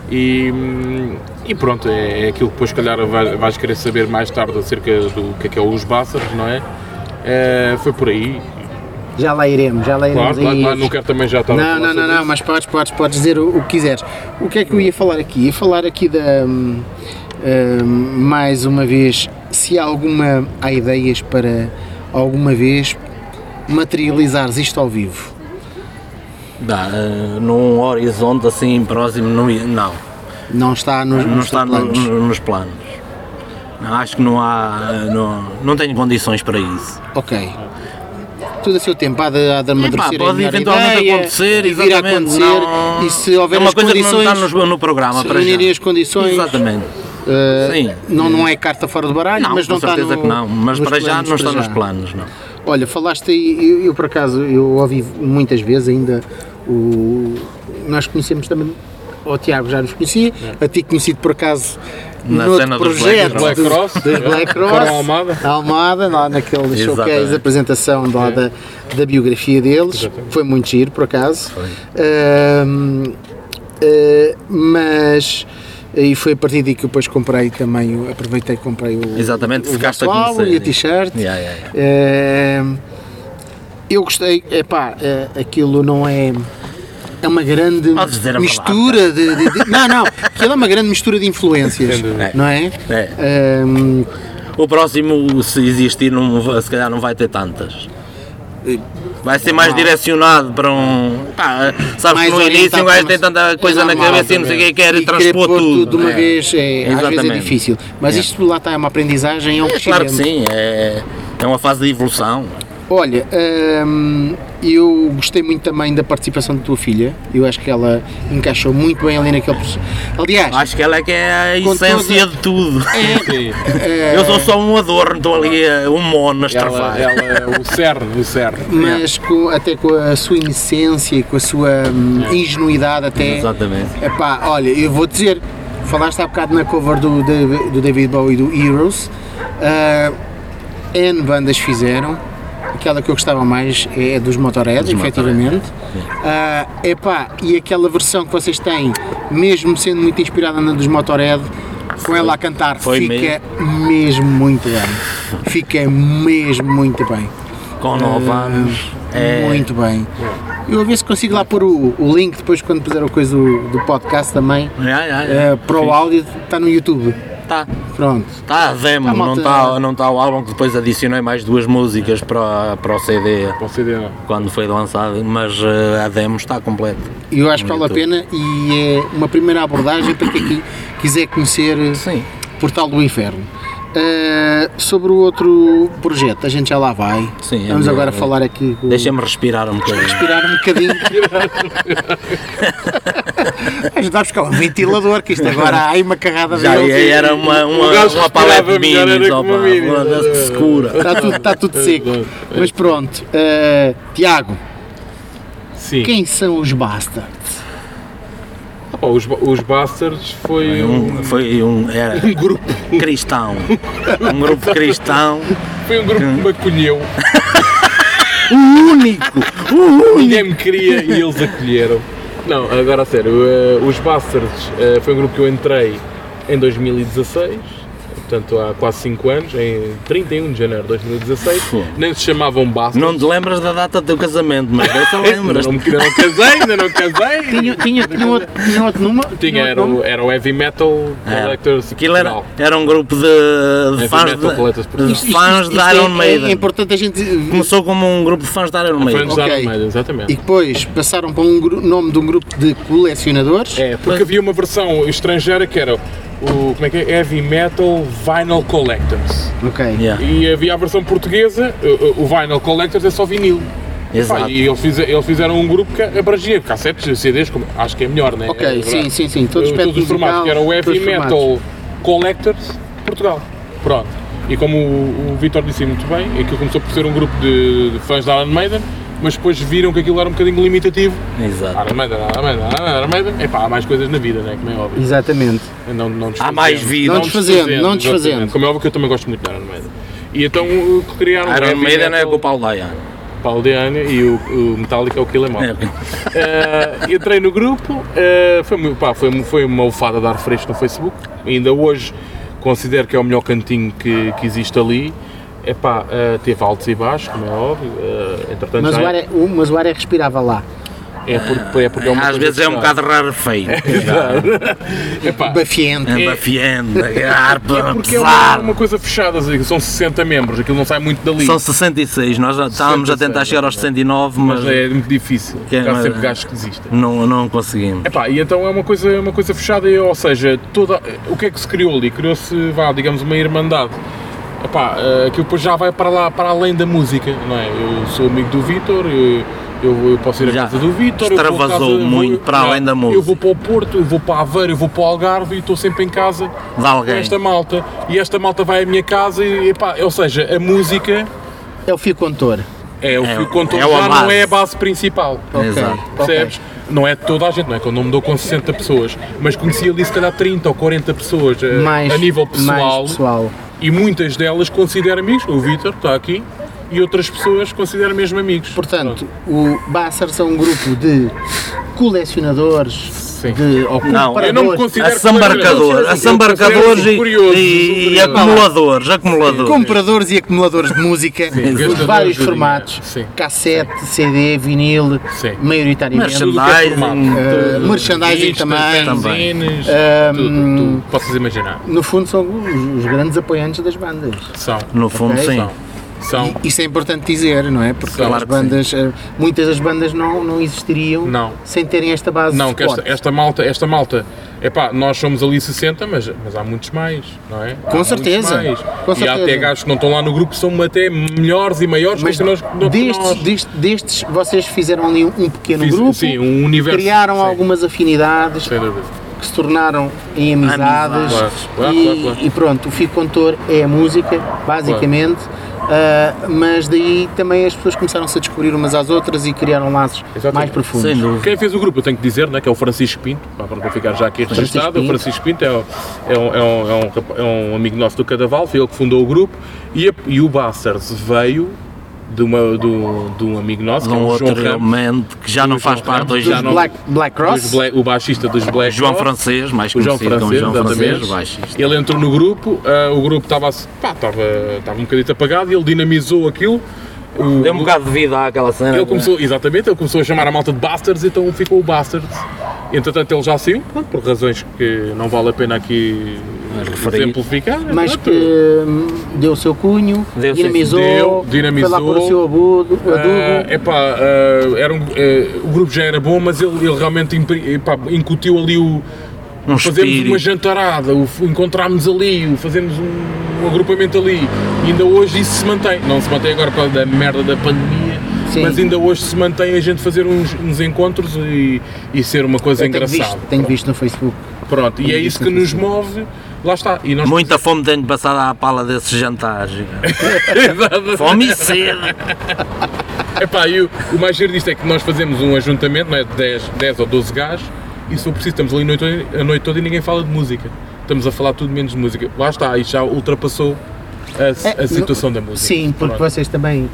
Speaker 2: E, hum, e pronto, é, é aquilo que depois, se calhar, vai- vais querer saber mais tarde acerca do que é que é os Bássaros, não é? Eh, foi por aí.
Speaker 1: Já lá iremos, já lá iremos.
Speaker 2: Claro, claro,
Speaker 1: aí.
Speaker 2: claro, não quero também já estar a
Speaker 1: Não,
Speaker 2: falar
Speaker 1: não, não,
Speaker 2: sobre
Speaker 1: não,
Speaker 2: isso.
Speaker 1: mas podes, podes, podes dizer o, o que quiseres. O que é que eu ia falar aqui? Ia falar aqui da. hum, hum, mais uma vez, se há alguma. Há ideias para alguma vez materializares isto ao vivo.
Speaker 3: Dá, eh, num horizonte assim próximo, não. i- não.
Speaker 1: Não está nos,
Speaker 3: não
Speaker 1: nos
Speaker 3: está no-
Speaker 1: planos.
Speaker 3: no- nos planos. Não, acho que não há. eh, Não, não tenho condições para isso.
Speaker 1: Ok. Tudo a seu tempo, há de, há de
Speaker 3: Epá,
Speaker 1: amadurecer a
Speaker 3: pode
Speaker 1: melhor
Speaker 3: eventualmente
Speaker 1: ideia,
Speaker 3: acontecer,
Speaker 1: e vir a
Speaker 3: exatamente.
Speaker 1: acontecer,
Speaker 3: não-
Speaker 1: e se houver
Speaker 3: é uma
Speaker 1: as
Speaker 3: coisa que
Speaker 1: condições,
Speaker 3: não está no, no programa
Speaker 1: se
Speaker 3: para já.
Speaker 1: reunirem as condições,
Speaker 3: Exatamente.
Speaker 1: eh,
Speaker 3: Sim.
Speaker 1: não, não é carta fora do baralho,
Speaker 3: Não,
Speaker 1: mas não
Speaker 3: com
Speaker 1: está
Speaker 3: certeza
Speaker 1: no-
Speaker 3: que não. Mas
Speaker 1: nos
Speaker 3: para já
Speaker 1: planos,
Speaker 3: não
Speaker 1: para
Speaker 3: está nos
Speaker 1: já.
Speaker 3: planos, não.
Speaker 1: Olha, falaste aí, eu, eu, por acaso, eu ouvi muitas vezes ainda o. Nós conhecemos também, o Tiago já nos conhecia, a ti conhecido por acaso
Speaker 3: É. Na
Speaker 1: noutro
Speaker 3: cena dos
Speaker 1: projeto
Speaker 3: Black
Speaker 2: Cross. Black Cross,
Speaker 1: dos Black Cross,
Speaker 2: Foram à Almada.
Speaker 1: à Almada, lá naquele showcase
Speaker 3: Exatamente. É.
Speaker 1: da apresentação lá da, da biografia deles, foi muito giro por acaso. Ahm, ah, mas e foi a partir daí que eu depois comprei também, o- aproveitei e comprei o,
Speaker 3: Exatamente,
Speaker 1: o
Speaker 3: ficaste a
Speaker 1: vosso álbum
Speaker 3: conhecer.
Speaker 1: e a t-shirt.
Speaker 3: Yeah, yeah, yeah.
Speaker 1: Eh, eu gostei, epá, eh, aquilo não é. É uma grande
Speaker 3: Podes dizer a
Speaker 1: mistura de, de- de- Não, não, aquilo é uma grande mistura de influências,
Speaker 2: Sem dúvida.
Speaker 1: não é?
Speaker 3: É.
Speaker 1: Ehm,
Speaker 3: O próximo, se existir, não, va- se calhar não vai ter tantas. Vai ser mais direcionado para um. Pá, sabes
Speaker 1: mais
Speaker 3: que no início
Speaker 1: orientado
Speaker 3: um gajo
Speaker 1: para
Speaker 3: tem
Speaker 1: uma-
Speaker 3: tanta coisa
Speaker 1: é
Speaker 3: na
Speaker 1: normal,
Speaker 3: cabeça e não sei o que é que quer
Speaker 1: e
Speaker 3: e
Speaker 1: querer
Speaker 3: transpor
Speaker 1: pôr
Speaker 3: tudo.
Speaker 1: de uma
Speaker 3: É.
Speaker 1: vez, é, às vezes é
Speaker 3: Exatamente.
Speaker 1: difícil. Mas
Speaker 3: É.
Speaker 1: isto lá está, é uma aprendizagem, é um crescimento.
Speaker 3: Claro que sim, é, é uma fase de evolução.
Speaker 1: Olha, hum, eu gostei muito também da participação da tua filha. Eu acho que ela encaixou muito bem ali naquele processo. Aliás,
Speaker 3: Acho que ela é que é a
Speaker 1: Com
Speaker 3: essência
Speaker 1: toda-
Speaker 3: de tudo.
Speaker 2: Sim.
Speaker 3: Eu sou só um adorno, estou ali eh, um mono
Speaker 2: Ela,
Speaker 3: a estrafar.
Speaker 2: ela é o cerne, o cerne.
Speaker 1: mas com- até com a sua inocência e com a sua hum, ingenuidade até.
Speaker 3: Exatamente.
Speaker 1: Epá, olha, eu vou dizer, falaste há bocado na cover do, Davi- do David Bowie do Heroes, ah, N bandas fizeram, aquela que eu gostava mais é a dos Motorhead,
Speaker 3: Dos
Speaker 1: efetivamente. Ah, epá, e aquela versão que vocês têm, mesmo sendo muito inspirada na dos Motorhead, com ela a cantar,
Speaker 3: Foi
Speaker 1: fica mesmo. muito bem. Fica mesmo muito bem.
Speaker 3: Com 9 anos. É,
Speaker 1: Muito bem. Eu a ver se consigo lá pôr o, o link depois quando puser a coisa do, do podcast também.
Speaker 3: Ai, ai,
Speaker 1: Eh, para o áudio está no YouTube.
Speaker 3: Tá.
Speaker 1: Pronto.
Speaker 3: Tá a demo,
Speaker 1: Tá,
Speaker 3: não
Speaker 1: malta.
Speaker 3: está não tá o álbum que depois adicionei mais duas músicas para, para o CD
Speaker 2: Para o CD não.
Speaker 3: quando foi lançado, mas eh, a demo está completa.
Speaker 1: Eu acho que
Speaker 3: No
Speaker 1: vale a pena e é uma primeira abordagem para quem qui- quiser conhecer eh,
Speaker 3: Sim.
Speaker 1: Portal do Inferno. Eh, sobre o outro projeto, a gente já lá vai.
Speaker 3: Sim, é
Speaker 1: Vamos
Speaker 3: melhor,
Speaker 1: agora
Speaker 3: é.
Speaker 1: falar aqui com
Speaker 3: Deixa-me respirar um bocadinho.
Speaker 1: respirar um bocadinho. a gente vai buscar um ventilador, que isto agora há aí uma carrada
Speaker 3: Já
Speaker 1: deles.
Speaker 3: e era uma, uma,
Speaker 2: O gajo
Speaker 3: uma paleta de
Speaker 2: respirava melhor, era
Speaker 3: minis, opa,
Speaker 2: como um mini.
Speaker 3: uma das que segura.
Speaker 1: Está Tá tudo, está
Speaker 2: É,
Speaker 1: tudo seco. Mas pronto, eh, Tiago,
Speaker 2: Sim.
Speaker 1: quem são os Basta?
Speaker 2: Pá, Oh, os, Ba- os Bastards foi um,
Speaker 3: Um- foi um. Era
Speaker 2: um grupo.
Speaker 3: cristão. Um grupo cristão.
Speaker 2: Foi um grupo que me acolheu.
Speaker 3: Então. O único! O único!
Speaker 2: Ninguém me queria e eles acolheram. Não, agora a sério, eh, os Bastards eh, foi um grupo que eu entrei em 2016, portanto há quase 5 anos, em 31 de janeiro de 2016.
Speaker 3: Fogo.
Speaker 2: Nem se chamavam Bastards.
Speaker 3: Não te lembras da data do teu casamento, mas dessa
Speaker 2: Ainda
Speaker 3: lembras.
Speaker 2: não, me- ainda não casei, ainda não casei.
Speaker 1: Tinha, tinha, tinha, outro, tinha um outro número?
Speaker 2: Tinha,
Speaker 1: outro
Speaker 2: era,
Speaker 1: nome?
Speaker 2: o, era o Heavy Metal Collectors.
Speaker 3: Ah. Aquilo era,
Speaker 2: Portugal.
Speaker 3: era um grupo de, de
Speaker 2: Heavy
Speaker 3: fãs,
Speaker 2: metal É, coletas
Speaker 3: de,
Speaker 2: portuguesas.
Speaker 3: de fãs de
Speaker 1: Isto é-
Speaker 3: Iron
Speaker 1: É,
Speaker 3: Maiden.
Speaker 1: importante a gente.
Speaker 3: Começou como um grupo de fãs de Iron Maiden.
Speaker 2: Fãs
Speaker 1: Ok.
Speaker 2: da Armada, exatamente.
Speaker 1: E depois passaram para um gru- nome de um grupo de colecionadores.
Speaker 2: É, porque havia uma versão estrangeira que era o como é que é? Heavy Metal Vinyl Collectors.
Speaker 1: Ok.
Speaker 3: Yeah,
Speaker 2: E havia a versão portuguesa, o, o Vinyl Collectors é só vinil.
Speaker 3: exato.
Speaker 2: Pá, e eles, fize- eles fizeram um grupo que abrangia cassetes, CDs, como, acho que é melhor, né?
Speaker 1: Ok,
Speaker 2: É verdade.
Speaker 1: sim, sim, sim, todo o espectro
Speaker 2: os formatos,
Speaker 1: musical,
Speaker 2: que era o Heavy
Speaker 1: todos os
Speaker 2: Metal Collectors Portugal. Pronto. E como o, o Vitor disse muito bem, aquilo começou por ser um grupo de, de fãs da Iron Maiden, mas depois viram que aquilo era um bocadinho limitativo.
Speaker 3: exato.
Speaker 2: Iron Maiden, Iron Maiden, Iron Maiden. Epá, há mais coisas na vida, né? Como é óbvio.
Speaker 1: Exatamente.
Speaker 2: Não, não
Speaker 3: Há mais
Speaker 2: desfazendo.
Speaker 3: vida.
Speaker 1: Não desfazendo, não
Speaker 2: exatamente.
Speaker 1: desfazendo.
Speaker 2: Como é óbvio que eu também gosto muito da Iron Maiden. E então uh, criaram o
Speaker 3: Iron
Speaker 2: Heavy
Speaker 3: Maiden
Speaker 2: Metal-
Speaker 3: é com o Paulo Dayan.
Speaker 2: Paulo de Anho e o, o Metallica é o Killer Moth.
Speaker 3: É,
Speaker 2: Eh, entrei no grupo, eh, foi, mu- pá, foi, mu- foi uma alfada dar fresco no Facebook. Ainda hoje considero que é o melhor cantinho que, que existe ali. Epá, eh, teve altos e baixos, como é óbvio. eh, entretanto,
Speaker 1: Mas
Speaker 2: já
Speaker 1: o, ar
Speaker 2: é,
Speaker 1: é, o- mas o ar é respirável lá.
Speaker 2: é porque é, porque é uma
Speaker 3: às
Speaker 2: coisa
Speaker 3: vezes é um
Speaker 2: pessoal. É.
Speaker 3: bocado raro feio.
Speaker 2: Epá,
Speaker 1: Bafiente.
Speaker 3: É bafiando, a harpa,
Speaker 2: porque é uma,
Speaker 3: pesar.
Speaker 2: uma coisa fechada, assim, são 60 membros, aquilo não sai muito dali.
Speaker 3: São 66, nós já estávamos a tentar
Speaker 2: 66,
Speaker 3: chegar aos 69, mas
Speaker 2: mas é muito difícil.
Speaker 3: Que é,
Speaker 2: Há
Speaker 3: mas-
Speaker 2: sempre gajos que desistem.
Speaker 3: não, não conseguimos.
Speaker 2: Epá, e então é uma coisa, é uma coisa fechada, e, ou seja, toda, o que é que se criou ali? Criou-se, vá, digamos, uma irmandade. Epá, eh, que depois já vai para lá, para além da música, não é? Eu sou amigo do Vítor, eu, eu, eu posso ir à
Speaker 3: Já
Speaker 2: casa do Vítor. eu vou à
Speaker 3: extravasou
Speaker 2: casa- eu vou-
Speaker 3: muito para
Speaker 2: não,
Speaker 3: além da música.
Speaker 2: Eu vou para o Porto, eu vou para Aveiro, eu vou para o Algarve e estou sempre em casa
Speaker 3: De alguém.
Speaker 2: com esta malta. E esta malta vai à minha casa e, epá, ou seja, a música
Speaker 1: É o fio condutor.
Speaker 2: é o
Speaker 3: É-
Speaker 2: que contou,
Speaker 3: é o
Speaker 2: já não
Speaker 3: base.
Speaker 2: é a base principal.
Speaker 1: Ok,
Speaker 3: Exato.
Speaker 1: ok.
Speaker 2: Percebes? Não é de toda a gente, não é? Quando eu me dou com 60 pessoas, mas conheci ali se calhar 30 ou 40 pessoas eh,
Speaker 1: Mais,
Speaker 2: a nível pessoal,
Speaker 1: mais pessoal.
Speaker 2: e muitas delas considero amigos. O Vítor está aqui e outras pessoas considero mesmo amigos.
Speaker 1: Portanto, o Bassers é um grupo de colecionadores de, ou
Speaker 3: Não,
Speaker 1: compradores.
Speaker 2: eu não me considero
Speaker 3: Assambarcador,
Speaker 2: colecionador.
Speaker 3: assambarcadores
Speaker 2: Eu considero-me
Speaker 3: e,
Speaker 2: curioso,
Speaker 3: e, e
Speaker 2: curioso.
Speaker 3: acumuladores, acumuladores.
Speaker 1: Compradores e acumuladores de música de
Speaker 2: gastadores
Speaker 1: vários
Speaker 2: de dinheiro.
Speaker 1: formatos,
Speaker 2: Sim.
Speaker 1: cassete, CD, vinil,
Speaker 2: Sim.
Speaker 1: maioritariamente.
Speaker 2: Tudo o que é formato.
Speaker 3: Merchandising.
Speaker 1: Eh,
Speaker 2: Tudo.
Speaker 1: merchandising
Speaker 2: Revistas,
Speaker 1: também.
Speaker 2: fanzines,
Speaker 1: Hum.
Speaker 2: tudo, tudo. Possas imaginar.
Speaker 1: No fundo são os, os grandes apoiantes das bandas.
Speaker 2: São.
Speaker 3: No fundo,
Speaker 1: Ok.
Speaker 3: sim.
Speaker 2: São. São.
Speaker 1: Isso é importante dizer, não é? Porque
Speaker 2: Claro
Speaker 1: as
Speaker 3: que sim.
Speaker 1: bandas, eh, muitas das bandas não, não existiriam
Speaker 2: Não.
Speaker 1: sem terem esta base
Speaker 2: Não,
Speaker 1: de
Speaker 2: que esta,
Speaker 1: suporte.
Speaker 2: esta malta, esta malta, epá, nós somos ali 60, mas, mas há muitos mais, não é? Há
Speaker 1: Com
Speaker 2: muitos
Speaker 1: certeza,
Speaker 2: mais.
Speaker 1: com
Speaker 2: e há até
Speaker 1: certeza.
Speaker 2: gajos que não estão lá no grupo que são até melhores e maiores
Speaker 1: Mas
Speaker 2: que nós. do que
Speaker 1: destes,
Speaker 2: nós.
Speaker 1: dest- destes, vocês fizeram ali um, um pequeno
Speaker 2: Fiz-
Speaker 1: grupo,
Speaker 2: sim, um universo.
Speaker 1: criaram
Speaker 2: Sim,
Speaker 1: algumas afinidades
Speaker 2: sem dúvida.
Speaker 1: que se tornaram em amizades.
Speaker 3: Amizades.
Speaker 2: Claro, claro,
Speaker 1: e,
Speaker 2: claro, claro.
Speaker 1: e pronto, o fio condutor é a música, basicamente. ah, mas daí também as pessoas começaram-se a descobrir umas às outras e criaram laços
Speaker 2: Exatamente.
Speaker 1: mais profundos.
Speaker 3: Sem dúvida.
Speaker 2: Quem fez o grupo, eu tenho que dizer, né, que é o Francisco Pinto, pá, para não ficar já aqui
Speaker 1: Francisco
Speaker 2: registrado. O
Speaker 1: Pinto.
Speaker 2: Francisco Pinto é, o- é um, é, um, é, um, rapa- é um amigo nosso do Cadaval, foi ele que fundou o grupo. E, a- e o Bassers veio de, uma, do, de um amigo nosso,
Speaker 3: De
Speaker 2: que é
Speaker 3: um
Speaker 2: o
Speaker 3: outro
Speaker 2: João Ramos.
Speaker 3: elemento que já
Speaker 2: João
Speaker 3: não faz parte
Speaker 2: Ramos,
Speaker 3: hoje.
Speaker 2: já
Speaker 1: Dos
Speaker 3: Já
Speaker 2: não-
Speaker 1: Black, Black
Speaker 2: Dos
Speaker 1: Cross,
Speaker 2: Black- o baixista dos Black
Speaker 3: João
Speaker 2: Cross.
Speaker 3: Francês, mais
Speaker 2: O João
Speaker 3: conhecido como
Speaker 2: Francês,
Speaker 3: então, João Francês,
Speaker 2: exatamente.
Speaker 3: baixista.
Speaker 2: Ele entrou no grupo, ah, o grupo estava assim- pá, estava estava um bocadinho apagado, ele dinamizou aquilo. O-
Speaker 3: Deu um bocado de vida àquela cena. é?
Speaker 2: ele começou, exatamente, ele começou a chamar a malta de Bastards, então ficou o Bastards. Entretanto, ele já saiu, pronto, por razões que não vale a pena aqui
Speaker 3: referir.
Speaker 2: exemplificar. é
Speaker 1: mas
Speaker 2: pronto.
Speaker 1: que hum, deu o seu cunho,
Speaker 3: Deu o seu-
Speaker 1: dinamizou,
Speaker 2: deu,
Speaker 1: foi lá
Speaker 2: dinamizou.
Speaker 1: pôr o seu abudo,
Speaker 2: Ah,
Speaker 1: adubo.
Speaker 2: epá, ah, era um- ah, o grupo já era bom, mas ele, ele realmente impri- epá, incutiu ali o,
Speaker 3: um
Speaker 2: fazermos uma
Speaker 3: espírito.
Speaker 2: jantarada, o f- encontrarmos ali, o fazermos um, um agrupamento ali. E ainda hoje isso se mantém. Não se mantém agora por causa da merda da pandemia,
Speaker 1: Sim.
Speaker 2: mas ainda hoje se mantém a gente fazer uns, uns encontros e, e ser uma coisa
Speaker 1: Eu tenho
Speaker 2: engraçada.
Speaker 1: visto, tenho visto no Facebook.
Speaker 2: Pronto, e é isso que nos move. Lá está. E nós
Speaker 3: Muita fome tenho passado à pala desses jantares. fome e sede.
Speaker 2: Epá, e o, o mais giro disto é que nós fazemos um ajuntamento, não é? De 10, 10 ou 12 gajos, e se eu preciso, estamos ali a noite, a noite toda e ninguém fala de música. Estamos a falar tudo menos de música. Lá está, isto já ultrapassou a, s-
Speaker 1: É,
Speaker 2: a situação da música.
Speaker 1: Sim, porque
Speaker 2: Pronto.
Speaker 1: vocês também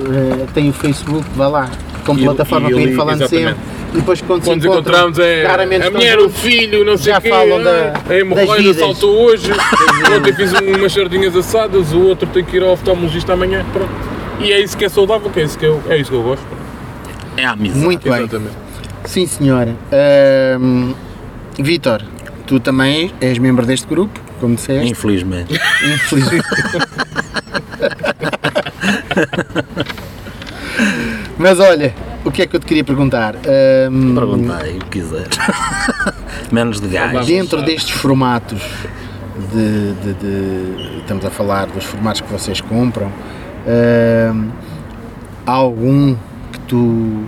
Speaker 1: eh, têm o Facebook, vá lá, como
Speaker 2: E-
Speaker 1: plataforma
Speaker 2: e
Speaker 1: para ir
Speaker 2: ali,
Speaker 1: falando
Speaker 2: exatamente.
Speaker 1: sempre. E depois quando,
Speaker 2: Quando
Speaker 1: se
Speaker 2: nos
Speaker 1: encontram,
Speaker 2: encontramos é
Speaker 1: raramente
Speaker 2: a
Speaker 1: estão
Speaker 2: mulher, o
Speaker 1: juntos.
Speaker 2: filho, não sei
Speaker 1: Já
Speaker 2: o quê,
Speaker 1: falam da-
Speaker 2: ah, a
Speaker 1: das
Speaker 2: hemorroida
Speaker 1: vidas.
Speaker 2: saltou hoje, ontem fiz um- umas sardinhas assadas, o outro tem que ir ao oftalmologista amanhã, pronto. E é isso que é saudável, que é isso que eu, é isso que eu gosto.
Speaker 3: É a amizade.
Speaker 1: Muito bem.
Speaker 2: Exatamente.
Speaker 1: Sim, senhora. Ahm, Vítor, tu também és membro deste grupo, como disseste.
Speaker 3: Infelizmente.
Speaker 1: Infelizmente. Mas olha, o que é que eu te queria perguntar? Ahm,
Speaker 3: Perguntei o que quiser. Menos de gás.
Speaker 1: Dentro destes formatos, de, de- de- estamos a falar dos formatos que vocês compram, ahm, há algum que tu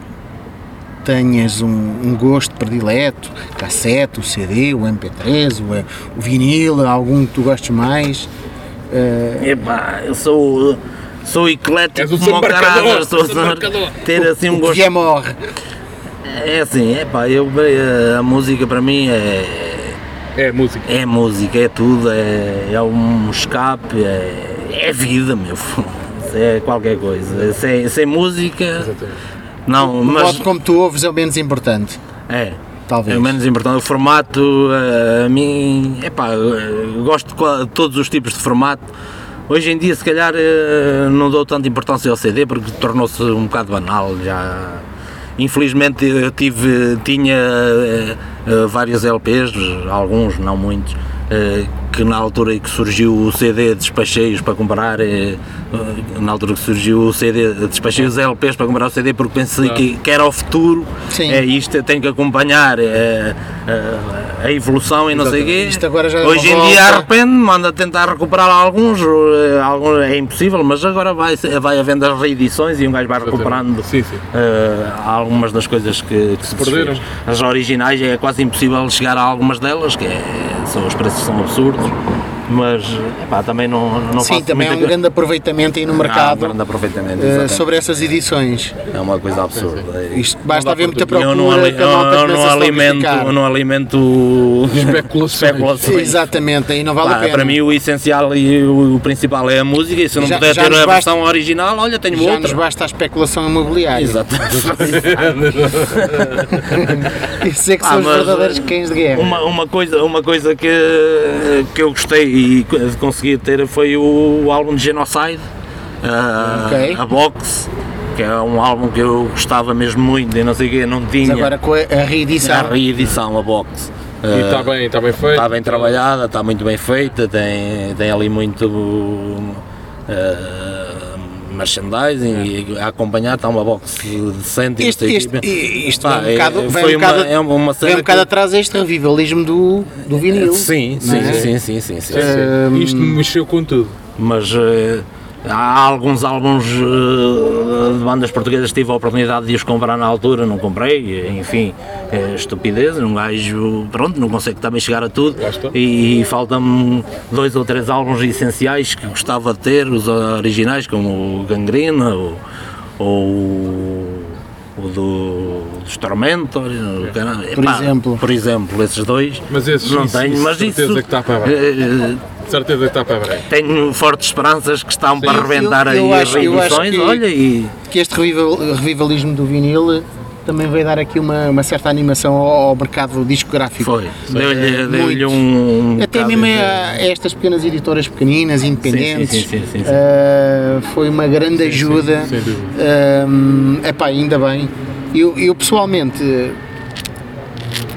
Speaker 1: tenhas um, um gosto predileto? Cassete, o CD, o MP3, o, o vinil, algum que tu gostes mais?
Speaker 3: Epá, eu sou. Sou
Speaker 2: És
Speaker 3: eclético
Speaker 2: o
Speaker 3: como o
Speaker 2: desembarcador,
Speaker 3: caralho, sou
Speaker 2: desembarcador.
Speaker 3: ter assim
Speaker 1: O
Speaker 3: um
Speaker 1: que
Speaker 3: gosto.
Speaker 1: é morre?
Speaker 3: É assim, epá, eu, eh, a música para mim é,
Speaker 2: É música.
Speaker 3: É música, é tudo, é, é um escape, é, é vida, meu. isso é qualquer coisa. Sem, sem é música. Não,
Speaker 1: O
Speaker 3: mas.
Speaker 1: modo como tu ouves é o menos importante,
Speaker 3: É.
Speaker 1: talvez.
Speaker 3: É o menos importante. O formato, eh, a mim, epá, eu gosto de qua- de todos os tipos de formato. Hoje em dia, se calhar, eh, não dou tanta importância ao CD porque tornou-se um bocado banal. Já. Infelizmente, eu tive, tinha eh, eh, vários LPs, alguns, não muitos, eh, que na altura em que surgiu o CD despachei-os para comprar, eh, eh, na altura que surgiu o CD despachei os LPs para comprar o CD porque pensei
Speaker 2: Claro.
Speaker 3: que, que era o futuro,
Speaker 1: Sim.
Speaker 3: é isto tem que acompanhar eh, eh, a evolução e não sei o quê.
Speaker 1: Isto agora já é
Speaker 3: Hoje em
Speaker 1: uma
Speaker 3: dia
Speaker 1: volta.
Speaker 3: arrependo-me, ando a tentar recuperar alguns, eh, alguns é impossível, mas agora vai, vai havendo as reedições e um gajo vai recuperando
Speaker 2: Sim, sim.
Speaker 3: eh, algumas das coisas que, que se
Speaker 2: Perderam.
Speaker 3: desfez. As originais é quase impossível chegar a algumas delas, que é, são, os preços são absurdos, mas epá, também não, não
Speaker 1: Sim,
Speaker 3: faço Ah,
Speaker 1: também há um
Speaker 3: muita
Speaker 1: grande aproveitamento aí no mercado
Speaker 3: aproveitamento,
Speaker 1: eh,
Speaker 3: exatamente.
Speaker 1: sobre essas edições.
Speaker 3: é uma coisa absurda. é-
Speaker 1: Isto basta haver muita procura
Speaker 3: eu não, ali-
Speaker 1: que a malta
Speaker 3: eu
Speaker 1: começa
Speaker 3: não
Speaker 1: a
Speaker 3: alimento,
Speaker 1: sacrificar.
Speaker 3: eu não alimento
Speaker 2: Especulações.
Speaker 1: Sim, Exatamente, aí não vale
Speaker 3: Pá,
Speaker 1: a pena.
Speaker 3: para mim o essencial e o, o principal é a música e se eu não
Speaker 1: Já-
Speaker 3: puder
Speaker 1: já
Speaker 3: ter
Speaker 1: nos
Speaker 3: a
Speaker 1: basta-
Speaker 3: versão original, olha, tenho
Speaker 1: já nos
Speaker 3: outra.
Speaker 1: basta a especulação imobiliária.
Speaker 3: um Exato.
Speaker 1: Isso é que
Speaker 3: Ah,
Speaker 1: são os
Speaker 3: mas,
Speaker 1: verdadeiros
Speaker 3: eh,
Speaker 1: cães de guerra.
Speaker 3: uma, uma coisa, uma coisa que, que eu gostei e co- de conseguir ter foi o, álbum de Genocide, ah,
Speaker 1: Ok.
Speaker 3: a Box, que é um álbum que eu gostava mesmo muito e não sei o quê, não
Speaker 1: Mas
Speaker 3: tinha.
Speaker 1: agora com a, a
Speaker 3: a
Speaker 1: reedição.
Speaker 3: reedição, a Box. Ah,
Speaker 2: E está bem, está bem feito.
Speaker 3: Está tá bem trabalhada, está muito bem feita, tem, tem ali muito eh, merchandising e a acompanhar, está uma box decente. e
Speaker 1: Isto,
Speaker 3: não sei o
Speaker 1: isto,
Speaker 3: quê.
Speaker 1: i- isto
Speaker 3: Pá,
Speaker 1: vai um
Speaker 3: é-
Speaker 1: bocado, vai um
Speaker 3: foi uma-
Speaker 1: bocado,
Speaker 3: é uma
Speaker 1: vai
Speaker 3: cena
Speaker 1: um bocado
Speaker 3: que-
Speaker 1: atrás a este revivalismo do, do vinil.
Speaker 3: Sim,
Speaker 1: não
Speaker 3: sim,
Speaker 1: é?
Speaker 3: sim, sim, sim, sim.
Speaker 2: Sim, sim. Isto me mexeu com tudo.
Speaker 3: Mas eh, há alguns álbuns eh, de bandas portuguesas que tive a oportunidade de os comprar na altura, não comprei, enfim, é estupidez, um gajo, pronto, não consegue também chegar a tudo.
Speaker 2: Lá está.
Speaker 3: E, faltam-me dois ou três álbuns essenciais que gostava de ter, os originais, como o Gangrena ou, ou o do, dos Tormentor, o caralho.
Speaker 1: Por
Speaker 3: Epá,
Speaker 1: exemplo.
Speaker 3: Por exemplo, esses dois.
Speaker 2: É. Mas esses-
Speaker 3: não
Speaker 2: isso-
Speaker 3: tenho,
Speaker 2: isso
Speaker 3: mas
Speaker 2: de
Speaker 3: isso.
Speaker 2: certeza que está para baixo.
Speaker 3: eh,
Speaker 2: De certeza que está para breve.
Speaker 3: tenho fortes esperanças que estão para arrebentar
Speaker 1: eu-
Speaker 3: aí
Speaker 1: eu
Speaker 3: as
Speaker 1: acho- eu acho
Speaker 3: reedições,
Speaker 1: que-
Speaker 3: olha, e
Speaker 1: Que este revival- revivalismo do vinil eh, também vai dar aqui uma, uma certa animação ao, ao mercado discográfico.
Speaker 3: foi. tipo, Deu-lhe
Speaker 2: É
Speaker 1: Muito.
Speaker 3: deu um.
Speaker 1: Até
Speaker 3: bocado
Speaker 1: mesmo
Speaker 3: de-
Speaker 1: a, a estas pequenas editoras pequeninas, independentes,
Speaker 3: Sim, sim, sim, sim, sim.
Speaker 1: eh, foi uma grande ajuda.
Speaker 2: sem dúvida.
Speaker 1: Ahm, epá, ainda bem. Eu, eu pessoalmente eh,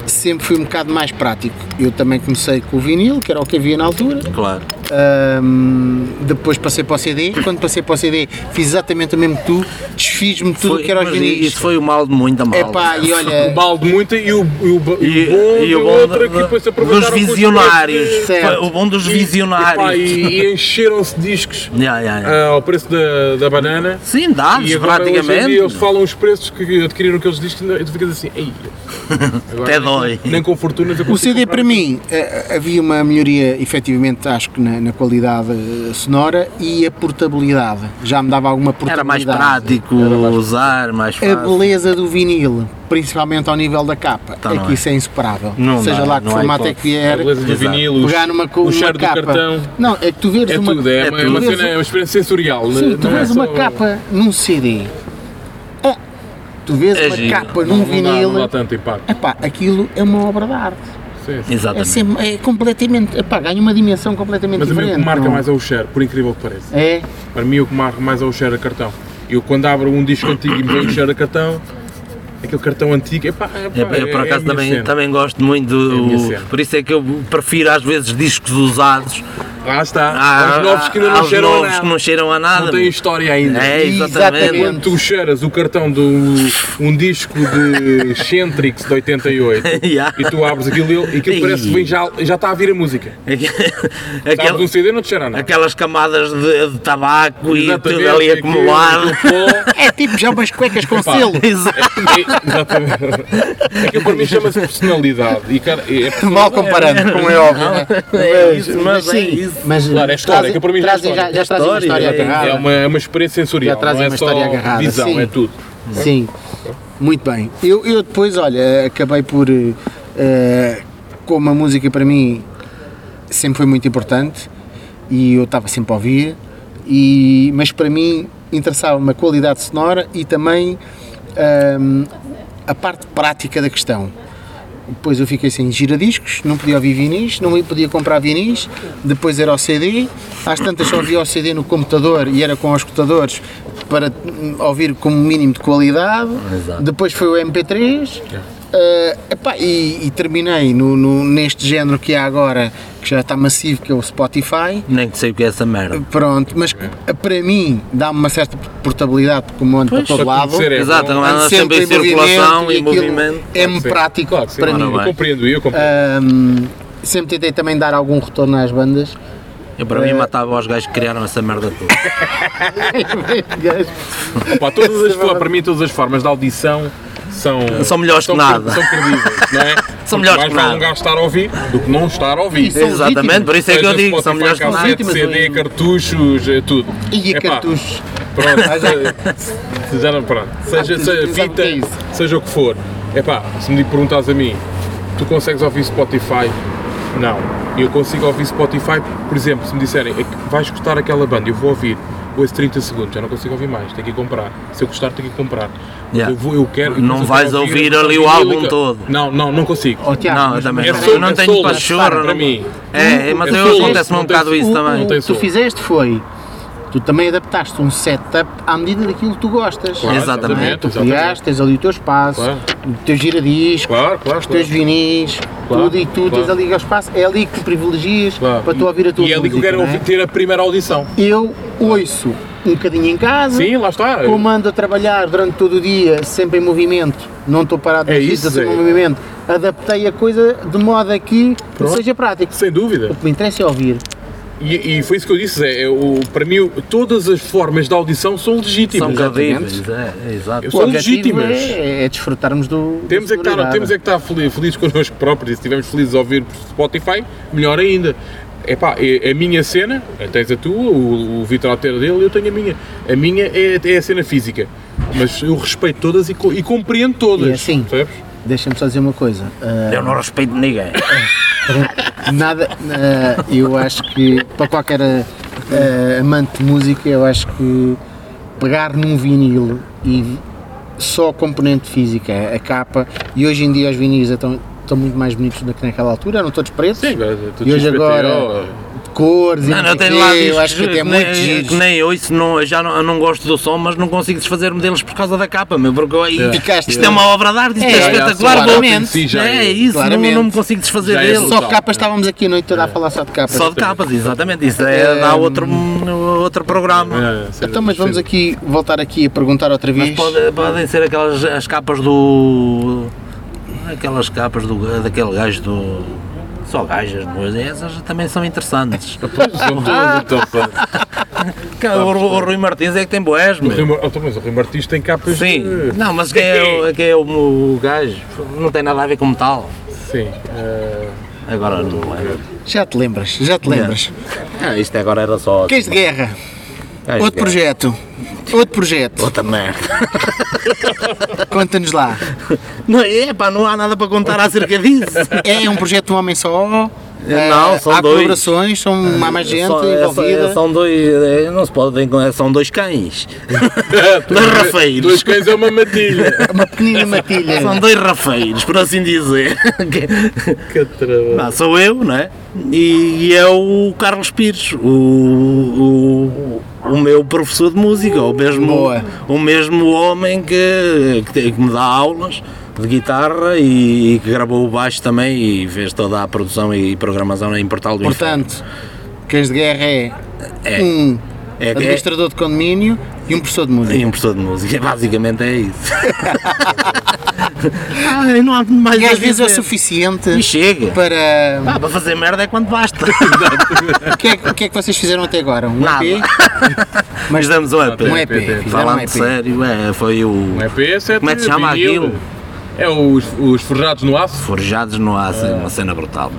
Speaker 1: sempre fui um bocado mais prático. Eu também comecei com o vinil, que era o que havia na altura.
Speaker 3: Claro.
Speaker 1: Ahm, depois passei para o CD. Quando passei para o CD, fiz exatamente o mesmo que tu. Desfiz-me tudo o
Speaker 3: Foi,
Speaker 1: que era os
Speaker 3: mas
Speaker 1: vinis.
Speaker 3: isso foi o mal de muita mal.
Speaker 1: Epá, e
Speaker 2: O
Speaker 1: olha,
Speaker 2: Um balde muito e o, e o, ba-
Speaker 3: E,
Speaker 2: e o bom
Speaker 3: e
Speaker 2: do
Speaker 3: o bom
Speaker 2: outro é
Speaker 3: do-
Speaker 2: que depois se aproveitaram
Speaker 3: dos
Speaker 2: com os
Speaker 3: visionários.
Speaker 2: preços.
Speaker 1: Certo.
Speaker 3: Foi O bom dos
Speaker 2: E-
Speaker 3: visionários. É.
Speaker 2: epá, E, e encheram-se discos
Speaker 3: Ya, ya, ya.
Speaker 2: ah, ao preço da, da banana.
Speaker 3: Sim, dados,
Speaker 2: E agora, hoje em
Speaker 3: praticamente.
Speaker 2: dia, eles falam os preços que adquiriram aqueles discos e tu ficas assim, "Ei, agora
Speaker 3: Até
Speaker 2: nem-
Speaker 3: dói.
Speaker 2: Nem com fortunas eu
Speaker 1: O
Speaker 2: consigo
Speaker 1: CD
Speaker 2: comprar
Speaker 1: para mim eh, havia uma melhoria, efetivamente, acho que na, na qualidade eh, sonora e a portabilidade. Já me dava alguma portabilidade.
Speaker 3: Era mais prático usar, mais
Speaker 2: É
Speaker 1: A
Speaker 3: fácil.
Speaker 1: beleza do vinil, principalmente ao nível da capa,
Speaker 3: Tá,
Speaker 1: é
Speaker 3: não
Speaker 1: que
Speaker 3: é?
Speaker 1: isso é insuperável.
Speaker 3: Não
Speaker 1: Seja
Speaker 3: dá,
Speaker 1: lá que
Speaker 3: não há
Speaker 1: formato é
Speaker 3: hipótese.
Speaker 1: que
Speaker 2: A
Speaker 1: vier,
Speaker 2: beleza do
Speaker 3: Exato.
Speaker 2: vinil, os-
Speaker 1: pegar numa, co-
Speaker 2: o
Speaker 1: uma
Speaker 2: cheiro do
Speaker 1: capa.
Speaker 2: cartão.
Speaker 1: Não, é que tu veres
Speaker 2: É
Speaker 1: uma
Speaker 2: tudo, é,
Speaker 3: é
Speaker 2: uma- é
Speaker 3: tudo.
Speaker 2: uma cena, é uma experiência sensorial.
Speaker 1: Sim,
Speaker 2: não-
Speaker 1: tu
Speaker 2: não é
Speaker 1: vês uma
Speaker 2: só-
Speaker 1: capa num CD. Ah, tu vês
Speaker 3: É
Speaker 1: uma
Speaker 3: giro.
Speaker 1: capa num
Speaker 2: Não, não dá-
Speaker 1: vinil.
Speaker 2: Não dá tanto impacto.
Speaker 1: Epá, aquilo é uma obra de arte.
Speaker 2: Sim, sim.
Speaker 1: É,
Speaker 3: Exatamente.
Speaker 1: sempre, é completamente. Epá, ganha uma dimensão completamente
Speaker 2: Mas a mim o
Speaker 1: diferente.
Speaker 2: que marca
Speaker 1: não?
Speaker 2: mais é o cheiro, por incrível que pareça.
Speaker 1: É,
Speaker 2: Para mim o que marca mais é o cheiro a cartão. Eu quando abro um disco antigo e me vem o cheiro a cartão, aquele cartão antigo, epá, epá,
Speaker 3: É, eu, por acaso
Speaker 2: a minha
Speaker 3: também,
Speaker 2: cena.
Speaker 3: também gosto muito,
Speaker 2: a minha
Speaker 3: do-
Speaker 2: cena.
Speaker 3: por isso é que eu prefiro às vezes discos usados
Speaker 2: Lá está,
Speaker 3: Ah,
Speaker 2: aos novos que ainda não
Speaker 3: aos
Speaker 2: cheiram a
Speaker 3: novos
Speaker 2: nada.
Speaker 3: que não cheiram a nada.
Speaker 2: Não têm história ainda.
Speaker 3: É,
Speaker 1: Exatamente.
Speaker 3: exatamente.
Speaker 2: Tu cheiras o cartão de um, um disco de Centrix de 88
Speaker 3: Yeah.
Speaker 2: e tu abres aquilo e aquilo parece que vem já, já está a vir a música.
Speaker 3: Aquel-
Speaker 2: Sabes um CD não te cheira a nada.
Speaker 3: aquelas camadas de, de tabaco e
Speaker 2: Exatamente, é
Speaker 3: tudo ali
Speaker 2: aquilo,
Speaker 3: acumulado.
Speaker 2: aquele pó.
Speaker 1: é tipo já umas cuecas com selo.
Speaker 3: Exato.
Speaker 2: Exatamente. É Aquilo para mim chama-se personalidade. E, cara, é personalidade.
Speaker 1: Mal comparando, como é óbvio. né?
Speaker 3: É isso, mas é
Speaker 1: sim,
Speaker 3: isso.
Speaker 1: mas
Speaker 2: Claro, é história,
Speaker 1: trazem-
Speaker 2: que para mim já é
Speaker 1: trazem
Speaker 2: história.
Speaker 1: já, já trazem uma
Speaker 3: História,
Speaker 1: história
Speaker 3: é-
Speaker 2: É
Speaker 1: agarrada.
Speaker 2: uma, é uma experiência sensorial,
Speaker 1: Já traz
Speaker 2: não é
Speaker 1: uma
Speaker 2: só
Speaker 1: história agarrada,
Speaker 2: visão,
Speaker 1: sim.
Speaker 2: é tudo.
Speaker 1: Sim, muito bem. Eu, eu depois, olha, acabei por. eh, como a música para mim sempre foi muito importante e eu estava sempre a ouvir. E, mas para mim interessava-me a qualidade sonora e também hum, a parte prática da questão. Depois eu fiquei sem giradiscos, não podia ouvir vinis, não podia comprar vinis, depois era o CD, às tantas só via o CD no computador e era com os escutadores para hum, ouvir com o mínimo de qualidade,
Speaker 3: Exato.
Speaker 1: depois foi o MP3, eh, epá, e, e terminei no- no- neste género que há agora, que já está massivo, que é o Spotify,
Speaker 3: Nem que sei o que é essa merda.
Speaker 1: Pronto, mas que, a- para mim dá-me uma certa portabilidade porque como ando para todo lado.
Speaker 2: conhecer é
Speaker 3: Exato,
Speaker 2: bom.
Speaker 3: não é?
Speaker 1: ando
Speaker 3: Anda sempre em circulação, em
Speaker 1: aquilo
Speaker 3: movimento.
Speaker 1: É-me
Speaker 2: Claro que sim.
Speaker 1: prático
Speaker 2: Claro que sim,
Speaker 1: para
Speaker 2: não,
Speaker 1: mim.
Speaker 2: Eu compreendo, eu compreendo.
Speaker 1: Ahm, sempre tentei também dar algum retorno às bandas.
Speaker 3: Eu para
Speaker 2: É.
Speaker 3: mim matava os gajos que criaram essa merda toda.
Speaker 1: Ah,
Speaker 2: Pá,
Speaker 1: é
Speaker 2: todas as, for- para mim, todas as formas de audição são.
Speaker 3: São melhores que
Speaker 2: cre-
Speaker 3: nada.
Speaker 2: São credíveis, não é? Porque
Speaker 3: melhores
Speaker 2: mais vale
Speaker 3: que nada.
Speaker 2: um gajo estar a ouvir do que não estar a ouvir.
Speaker 1: Isso. São legítimas.
Speaker 3: Exatamente, por isso é que eu
Speaker 2: Seja
Speaker 3: digo, são
Speaker 2: Spotify,
Speaker 3: melhores que nada.
Speaker 2: cassete,
Speaker 1: nada.
Speaker 2: CD, cartuchos, eh, tudo.
Speaker 1: E a
Speaker 2: Epá,
Speaker 1: cartuchos.
Speaker 2: Pronto,
Speaker 1: Ah, já-
Speaker 2: se- já não, pronto. Seja,
Speaker 1: Ah,
Speaker 2: seja
Speaker 1: tu sabes é- o
Speaker 2: fita,
Speaker 1: que é isso.
Speaker 2: seja o que for. Epá, se me perguntas a mim, tu consegues ouvir Spotify? Não. Eu consigo ouvir Spotify, por exemplo, se me disserem, "É que vais gostar aquela banda, eu vou ouvir. Ouço 30 segundos, já não consigo ouvir mais, tenho que ir comprar. Se eu gostar, tenho que ir comprar.
Speaker 3: Yeah.
Speaker 2: Eu, vou, eu quero.
Speaker 3: Não
Speaker 2: eu quero
Speaker 3: vais ouvir ali
Speaker 2: eu
Speaker 3: o
Speaker 2: quero
Speaker 3: álbum
Speaker 2: ouvir-
Speaker 3: todo.
Speaker 2: Não, não, não consigo.
Speaker 1: Oh, Tiago,
Speaker 3: Não, eu
Speaker 1: mas-
Speaker 3: também
Speaker 2: É
Speaker 3: não.
Speaker 2: solo,
Speaker 3: eu não
Speaker 2: é
Speaker 3: tenho
Speaker 2: solo,
Speaker 3: pachorra.
Speaker 2: para
Speaker 3: não-
Speaker 2: mim.
Speaker 3: É, é, mas
Speaker 2: É
Speaker 3: eu-
Speaker 2: solo,
Speaker 3: acontece-me um
Speaker 2: não
Speaker 3: bocado
Speaker 2: tem-
Speaker 3: isso
Speaker 1: o-
Speaker 3: também.
Speaker 1: o
Speaker 2: tem
Speaker 1: que tu
Speaker 2: som.
Speaker 1: fizeste foi. Tu também adaptaste um setup à medida daquilo que tu gostas.
Speaker 2: Claro,
Speaker 3: Exatamente,
Speaker 1: não é? Tu
Speaker 2: exatamente.
Speaker 1: criaste, tens ali o teu espaço,
Speaker 2: Claro.
Speaker 1: o teu giradisco,
Speaker 2: Claro, claro,
Speaker 1: os teus
Speaker 2: claro.
Speaker 1: vinis,
Speaker 2: Claro,
Speaker 1: tudo e tu tens
Speaker 2: claro.
Speaker 1: ali o espaço. É ali que privilegias
Speaker 2: Claro.
Speaker 1: para tu ouvir a tua
Speaker 2: E é ali que eu
Speaker 1: música,
Speaker 2: quero
Speaker 1: não é?
Speaker 2: ouvir, ter a primeira audição.
Speaker 1: Eu ouço um bocadinho em casa.
Speaker 2: Sim, lá está.
Speaker 1: Como ando a trabalhar durante todo o dia, sempre em movimento, não estou parado
Speaker 2: É
Speaker 1: no
Speaker 2: isso,
Speaker 1: sítio, sempre
Speaker 2: é.
Speaker 1: em movimento, adaptei a coisa de modo a que
Speaker 2: Pronto.
Speaker 1: seja prático.
Speaker 2: Sem dúvida.
Speaker 1: O que me interessa é ouvir.
Speaker 2: E, e foi isso que eu disse, Zé. É o, para mim, o- todas as formas de audição são
Speaker 3: São
Speaker 2: legítimas.
Speaker 3: cabíveis, é, é, exato.
Speaker 2: Eu
Speaker 1: o
Speaker 2: são
Speaker 1: objetivo
Speaker 2: legítimas.
Speaker 1: é, é desfrutarmos do.
Speaker 2: Temos,
Speaker 1: da
Speaker 2: é que estar,
Speaker 1: sonoridade.
Speaker 2: temos é que estar feliz, felizes connosco próprios. E se estivermos felizes a ouvir por Spotify, melhor ainda. Epá, é a minha cena, tens a tua, o, o Vitor altera dele, eu tenho a minha. A minha é, é a cena física. Mas eu respeito todas e, co- e compreendo todas.
Speaker 1: E assim.
Speaker 2: percebes?
Speaker 1: Deixa-me só dizer uma coisa. ah,
Speaker 3: Eu não respeito ninguém.
Speaker 1: nada. ah, eu acho que, para qualquer ah, amante de música, eu acho que pegar num vinil e só a componente física, a capa, e hoje em dia os vinis estão, estão muito mais bonitos do que naquela altura, eram todos pretos.
Speaker 2: Sim, agora, tudo
Speaker 1: E hoje
Speaker 2: XPTO,
Speaker 1: agora, de cores e
Speaker 3: Não, não
Speaker 1: sei
Speaker 3: tenho
Speaker 1: quê,
Speaker 3: lá
Speaker 1: eu acho
Speaker 3: discos
Speaker 1: que até
Speaker 3: que,
Speaker 1: é muito
Speaker 3: nem, que
Speaker 1: giro.
Speaker 3: nem eu isso não, eu já não, eu não gosto do som, mas não consigo desfazer-me deles por causa da capa, meu, porque eu-
Speaker 1: Ficaste-
Speaker 3: isto é uma obra de arte, isto é,
Speaker 1: É, é,
Speaker 3: espetacular, vou-
Speaker 1: claramente.
Speaker 2: Sim, já
Speaker 3: é,
Speaker 2: é.
Speaker 3: isso, não-
Speaker 1: Claramente.
Speaker 3: não, me consigo desfazer
Speaker 2: Já é
Speaker 3: deles.
Speaker 1: Só
Speaker 2: brutal.
Speaker 1: capas estávamos aqui a noite toda a falar É. só de capas.
Speaker 3: Só de capas, exatamente, isso é, dá outro, outro programa.
Speaker 2: É, sem
Speaker 1: Então, mas
Speaker 2: dúvida,
Speaker 1: vamos
Speaker 2: sem
Speaker 1: aqui voltar aqui a perguntar outra vez.
Speaker 3: Mas pode- podem ser aquelas as capas do. aquelas capas do, daquele gajo do. só gajas, mas essas também são interessantes.
Speaker 2: dúvida. São todas, então, pá.
Speaker 3: Cá, o, Ru- o Rui Martins é que tem boés,
Speaker 2: O
Speaker 3: meu.
Speaker 2: Rui Mar- então, mas o Rui Martins tem capas.
Speaker 3: Sim,
Speaker 2: de-
Speaker 3: não, mas quem é, o- quem é o, o gajo? Não tem nada a ver com metal.
Speaker 2: Sim. eh,
Speaker 3: Agora não é. me lembro.
Speaker 1: Já te lembras, já te lembras.
Speaker 3: Ah, é isto é agora era só.
Speaker 1: Cães de guerra,
Speaker 3: Cães de
Speaker 1: outro
Speaker 3: guerra.
Speaker 1: projeto. Outro projeto,
Speaker 3: Outra merda.
Speaker 1: conta-nos lá.
Speaker 3: Não, é pá, não há nada para contar acerca disso.
Speaker 1: É um projeto de um homem só? Eh,
Speaker 3: É, Não, são
Speaker 1: Há
Speaker 3: dois.
Speaker 1: colaborações, são há mais gente
Speaker 3: Só- é- só-
Speaker 1: envolvida.
Speaker 3: é- são dois. é, não se podem. é, São dois cães. dois
Speaker 2: Dois
Speaker 3: rafeiros.
Speaker 2: cães é uma matilha.
Speaker 1: Uma pequenina matilha.
Speaker 3: São dois rafeiros, por assim dizer.
Speaker 2: que trabalho.
Speaker 3: Não, sou eu, não é? E, e é o Carlos Pires, o, o, o meu professor de música, o mesmo,
Speaker 1: Boa.
Speaker 3: o mesmo homem que, que, te- que me dá aulas de guitarra e, e que gravou o baixo também e fez toda a produção e programação em Portal do Inferno.
Speaker 1: Portanto, cães de guerra é,
Speaker 3: É.
Speaker 1: um
Speaker 3: É- é-
Speaker 1: administrador de condomínio e um professor de música.
Speaker 3: E um professor de música, basicamente é isso. Ai, não há mais
Speaker 1: E
Speaker 3: a
Speaker 1: às vezes é o
Speaker 3: dizer.
Speaker 1: suficiente
Speaker 3: E chega.
Speaker 1: para.
Speaker 3: Ah, para fazer merda é quando basta.
Speaker 1: O que, é, que- o que é que vocês fizeram até agora? Um
Speaker 3: Nada.
Speaker 1: EP?
Speaker 3: Mas damos o EP.
Speaker 1: Um EP. Fizeram um
Speaker 3: Falando
Speaker 1: EP.
Speaker 3: sério, é, foi o.
Speaker 2: Um EPS é
Speaker 3: Como é que se chama
Speaker 2: vinil.
Speaker 3: aquilo?
Speaker 2: É os, os forjados no aço.
Speaker 3: Forjados no aço, é uma cena brutal.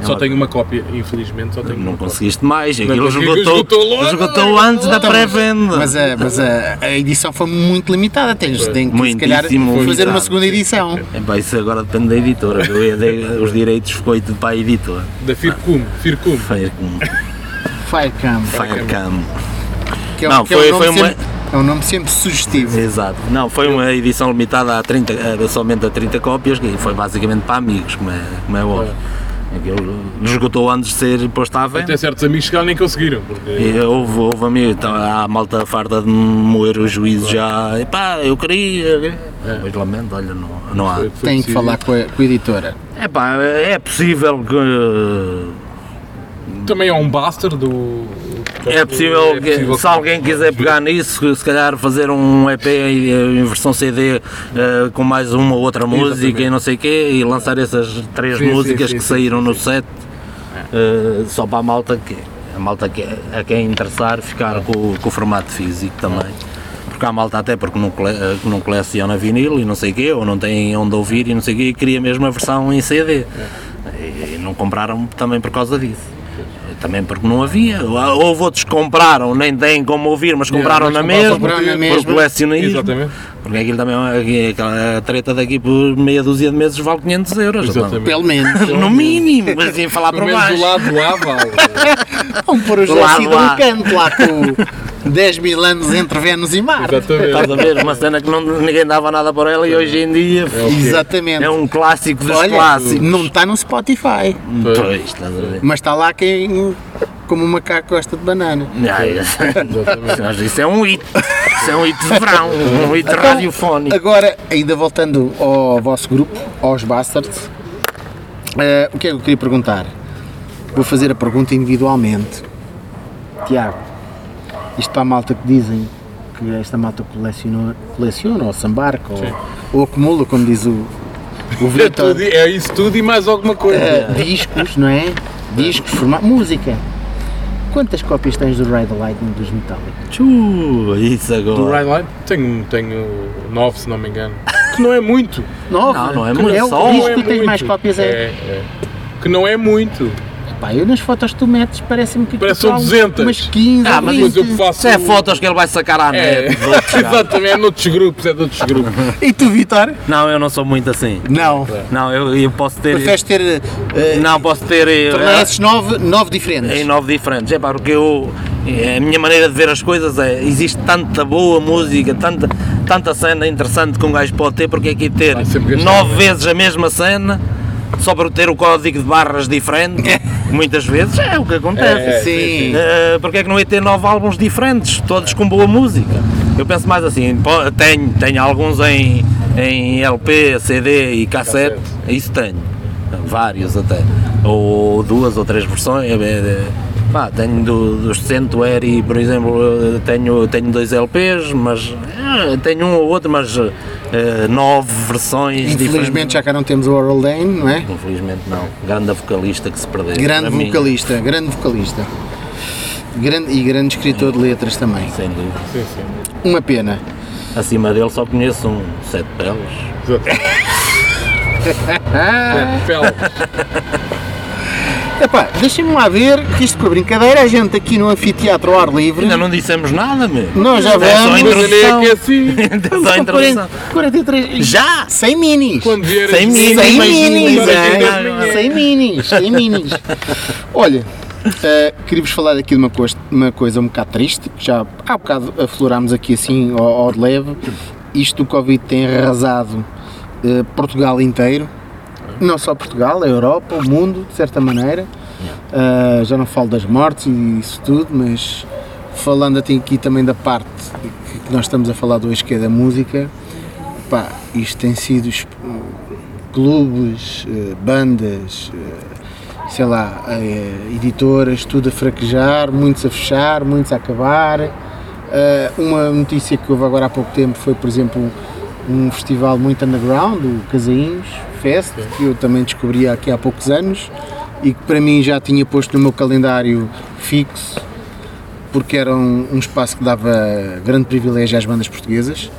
Speaker 2: Só tenho uma cópia, infelizmente, só tenho
Speaker 3: É Não
Speaker 2: uma cópia.
Speaker 3: conseguiste mais, aquilo
Speaker 2: consegui,
Speaker 3: esgotou,
Speaker 2: esgotou logo.
Speaker 3: esgotou antes da
Speaker 1: Então,
Speaker 3: pré-venda.
Speaker 1: Mas, a, mas a, a edição foi muito limitada. Tens de tem que, se
Speaker 3: Muitíssimo
Speaker 1: calhar, fazer
Speaker 3: limitada.
Speaker 1: uma segunda edição.
Speaker 3: Epá, isso agora depende da editora, eu ia dar- os direitos ficou tudo para a editora.
Speaker 2: Da Fircum, Fircum.
Speaker 3: Firecam.
Speaker 1: Firecam.
Speaker 3: Firecam.
Speaker 1: que é,
Speaker 3: Não,
Speaker 1: que
Speaker 3: foi-
Speaker 1: é, um, nome
Speaker 3: foi uma-
Speaker 1: sempre, é um nome sempre sugestivo.
Speaker 3: Exato. Não, foi uma edição limitada a 30, a- somente a 30 cópias, que foi basicamente para amigos, como é, como é óbvio. Aquilo esgotou antes de ser posto à venda.
Speaker 2: Até certos amigos que lá nem conseguiram, porque
Speaker 3: E Houve, houve amigo, então, há a malta farda de moer o juízo já, epá, eu queria, né?
Speaker 2: É.
Speaker 3: mas lamento, olha, não, não há.
Speaker 2: foi- foi
Speaker 1: Tem que
Speaker 2: decidido.
Speaker 1: falar com a, com a editora.
Speaker 3: Epá, é possível que,
Speaker 2: Também é um bastard do.
Speaker 3: é possível
Speaker 2: é
Speaker 3: que, se alguém quiser pegar nisso, se calhar fazer um EP em em versão CD eh, com mais uma ou outra música e não sei o quê, e lançar essas três
Speaker 2: Sim, sim,
Speaker 3: músicas
Speaker 2: sim,
Speaker 3: que
Speaker 2: sim,
Speaker 3: saíram no set, eh, só para a malta que a malta que a quem interessar ficar com, o- com o formato físico também. Porque há malta até porque não, cole- eh, que não coleciona vinil e não sei o quê, ou não tem onde ouvir e não sei o quê, e queria mesmo a versão em CD. E não compraram também por causa disso. Também porque não havia. Houve outros que compraram, nem têm como ouvir, mas compraram
Speaker 2: mas
Speaker 3: na
Speaker 2: compraram
Speaker 3: mesma,
Speaker 1: por
Speaker 3: por
Speaker 1: motivo. mesma.
Speaker 3: colecionismo.
Speaker 2: Exatamente.
Speaker 3: Porque aquilo também é uma- é aquela treta daqui por meia dúzia de meses vale 500 euros.
Speaker 2: Exatamente.
Speaker 1: Pelo menos.
Speaker 3: Então, no mínimo, mas ia falar
Speaker 2: Pelo
Speaker 3: para
Speaker 2: menos
Speaker 3: baixo.
Speaker 2: do lado lá vale.
Speaker 1: Vão pôr os
Speaker 3: Do lado
Speaker 1: Lassie num
Speaker 3: lá.
Speaker 1: um canto lá com 10 mil anos entre Vênus e Marte.
Speaker 2: Exatamente.
Speaker 3: Estás a ver? Uma cena que não, ninguém dava nada por ela e hoje em dia
Speaker 1: Exatamente.
Speaker 3: é um clássico dos
Speaker 1: Olha,
Speaker 3: clássicos.
Speaker 1: não está no Spotify,
Speaker 3: Pois, estás a ver?
Speaker 1: mas está lá quem como um macaco gosta de banana.
Speaker 3: Ah, isso- Mas isso é um hit. Isso é um hit de verão, um hit
Speaker 1: Então,
Speaker 3: radiofónico.
Speaker 1: Agora, ainda voltando ao vosso grupo, aos Bastards, eh, o que é que eu queria perguntar? Vou fazer a pergunta individualmente. Tiago, isto para a malta que dizem que esta malta coleciona, coleciona ou se embarca ou, ou acumula, como diz o, o
Speaker 2: É,
Speaker 3: então.
Speaker 1: Vitor,
Speaker 2: tudo, é isso tudo e mais alguma coisa.
Speaker 1: eh, discos, não é? Discos, forma... música. Quantas cópias tens do Ride the Lightning dos Metallica?
Speaker 3: Tchu, isso
Speaker 2: Do
Speaker 3: agora.
Speaker 2: Ride Light tenho, tenho nove, se não me engano. Que não é muito.
Speaker 1: Nove?
Speaker 3: Não, não é muito,
Speaker 1: É o
Speaker 3: só
Speaker 1: disco
Speaker 2: Não é
Speaker 1: que tens
Speaker 2: muito.
Speaker 1: mais cópias é.
Speaker 2: é. Que não é muito.
Speaker 1: Pá, eu nas fotos que tu metes parece-me que
Speaker 2: Parece
Speaker 1: aquilo
Speaker 2: são
Speaker 1: está um-
Speaker 2: 200.
Speaker 1: Umas 15,
Speaker 3: Ah, mas
Speaker 2: Mas eu
Speaker 1: 20.
Speaker 2: que faço.
Speaker 3: Isso é fotos que ele vai sacar à
Speaker 2: É,
Speaker 3: net. vou tirar.
Speaker 2: exatamente, é noutros grupos, é noutros grupos.
Speaker 1: E tu, Vitor?
Speaker 3: Não, eu não sou muito assim.
Speaker 1: Não.
Speaker 3: Não, eu, eu posso ter.
Speaker 1: Preferes ter uh,
Speaker 3: Não, posso ter. eh,
Speaker 1: tornasses 9, diferentes.
Speaker 3: em nove diferentes. É pá, porque eu. eh, A minha maneira de ver as coisas é. Existe tanta boa música, tanta, tanta cena interessante que um gajo pode ter, porque é que ter
Speaker 2: Vai sempre gastar,
Speaker 3: nove vezes a mesma cena, só para ter o código de barras diferente, muitas vezes é o que acontece.
Speaker 2: É,
Speaker 1: sim.
Speaker 3: Eh, porque é que não ia ter nove álbuns diferentes, todos com boa música? Eu penso mais assim, pô, tenho, tenho alguns em, em LP, CD e cassete, isso tenho, vários até, ou duas ou três versões, eh, eh, pá, tenho do- dos Centuary, por exemplo, eh, tenho, tenho dois LPs, mas eh, tenho um ou outro, mas eh, nove versões
Speaker 1: Infelizmente
Speaker 3: diferentes.
Speaker 1: já cá não temos o Oral Dane, não é?
Speaker 3: Infelizmente não, grande vocalista que se perdeu.
Speaker 1: Grande
Speaker 3: para mim,
Speaker 1: vocalista, grande vocalista. Grande, e grande escritor de letras também.
Speaker 3: Sem dúvida.
Speaker 2: Sim, sim.
Speaker 1: Uma pena.
Speaker 3: Acima dele só conheço um Sete Peles.
Speaker 2: Exatamente.
Speaker 1: Ah,
Speaker 2: É, pele.
Speaker 1: epá, deixem-me lá ver que isto foi brincadeira. A gente aqui no anfiteatro ao ar livre.
Speaker 3: Ainda não dissemos nada, meu.
Speaker 1: Nós já
Speaker 3: É só
Speaker 1: vamos.
Speaker 2: Mas ali é
Speaker 3: introdução.
Speaker 2: que é assim.
Speaker 3: É só introdução.
Speaker 1: 43.
Speaker 3: Já!
Speaker 1: 100 minis.
Speaker 2: Quando vier
Speaker 3: Sem
Speaker 2: assim,
Speaker 3: mim.
Speaker 1: Sem
Speaker 3: Mas
Speaker 1: minis,
Speaker 3: ninguém
Speaker 1: é?
Speaker 3: vai entender.
Speaker 1: Sem minis, sem minis. Olha, eh, queria-vos falar aqui de uma, cois- uma coisa um bocado triste, que já há bocado aflorámos aqui assim ao, ao de leve. Isto do Covid tem arrasado eh, Portugal inteiro, não só Portugal, a Europa, o mundo, de certa maneira. Eh, já não falo das mortes e isso tudo, mas falando até aqui também da parte que que nós estamos a falar hoje, que é da música, pá, isto tem sido exp- clubes, eh, bandas, eh, sei lá, eh, editoras, tudo a fraquejar, muitos a fechar, muitos a acabar. Eh, Uma notícia que houve agora há pouco tempo foi, por exemplo, um festival muito underground, o Casainhos Fest, que eu também descobri aqui há poucos anos e que para mim já tinha posto no meu calendário fixo porque era um, um espaço que dava grande privilégio às bandas portuguesas,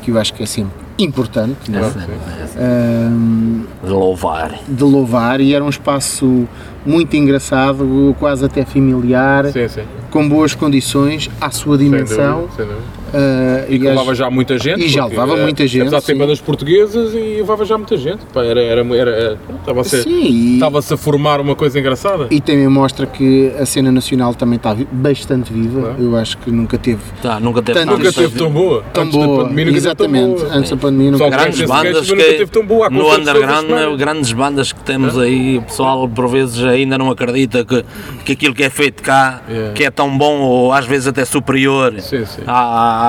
Speaker 1: que eu acho que é sempre importante, não é? Ahm,
Speaker 3: De louvar.
Speaker 1: de louvar e era um espaço muito engraçado, quase até familiar,
Speaker 2: Sim, sim.
Speaker 1: com boas condições à sua
Speaker 2: Sem
Speaker 1: dimensão
Speaker 2: dúvida, sem dúvida.
Speaker 1: eh,
Speaker 2: E que
Speaker 1: as-
Speaker 2: levava já muita gente.
Speaker 1: E já
Speaker 2: porque,
Speaker 1: levava
Speaker 2: eh,
Speaker 1: muita gente,
Speaker 2: Apesar de ter
Speaker 1: sim.
Speaker 2: bandas portuguesas e levava já muita gente. Pá, era, era, era, eh, estava a ser-
Speaker 1: Sim, e-
Speaker 2: Estava-se a formar uma coisa engraçada.
Speaker 1: E também mostra que a cena nacional também está vi- bastante viva.
Speaker 2: Claro.
Speaker 1: Eu acho que nunca teve
Speaker 3: Tá, nunca teve
Speaker 1: Tanto-
Speaker 2: Nunca
Speaker 1: Antes
Speaker 2: teve tão boa.
Speaker 1: tão
Speaker 2: Antes da
Speaker 1: boa.
Speaker 2: pandemia nunca teve tão
Speaker 1: Exatamente,
Speaker 2: boa.
Speaker 1: antes da pandemia
Speaker 2: Só
Speaker 1: nunca
Speaker 2: que-
Speaker 3: grandes
Speaker 2: Esse
Speaker 3: bandas
Speaker 2: gajo nunca
Speaker 3: que
Speaker 2: teve tão boa, há
Speaker 3: no
Speaker 2: concertos todas as
Speaker 3: underground, né,
Speaker 2: semanas.
Speaker 3: grandes bandas que
Speaker 2: É.
Speaker 3: temos aí, o pessoal por vezes ainda não acredita que, que aquilo que é feito cá,
Speaker 2: Yeah.
Speaker 3: que é tão bom ou às vezes até superior
Speaker 2: Sim, sim.
Speaker 3: à-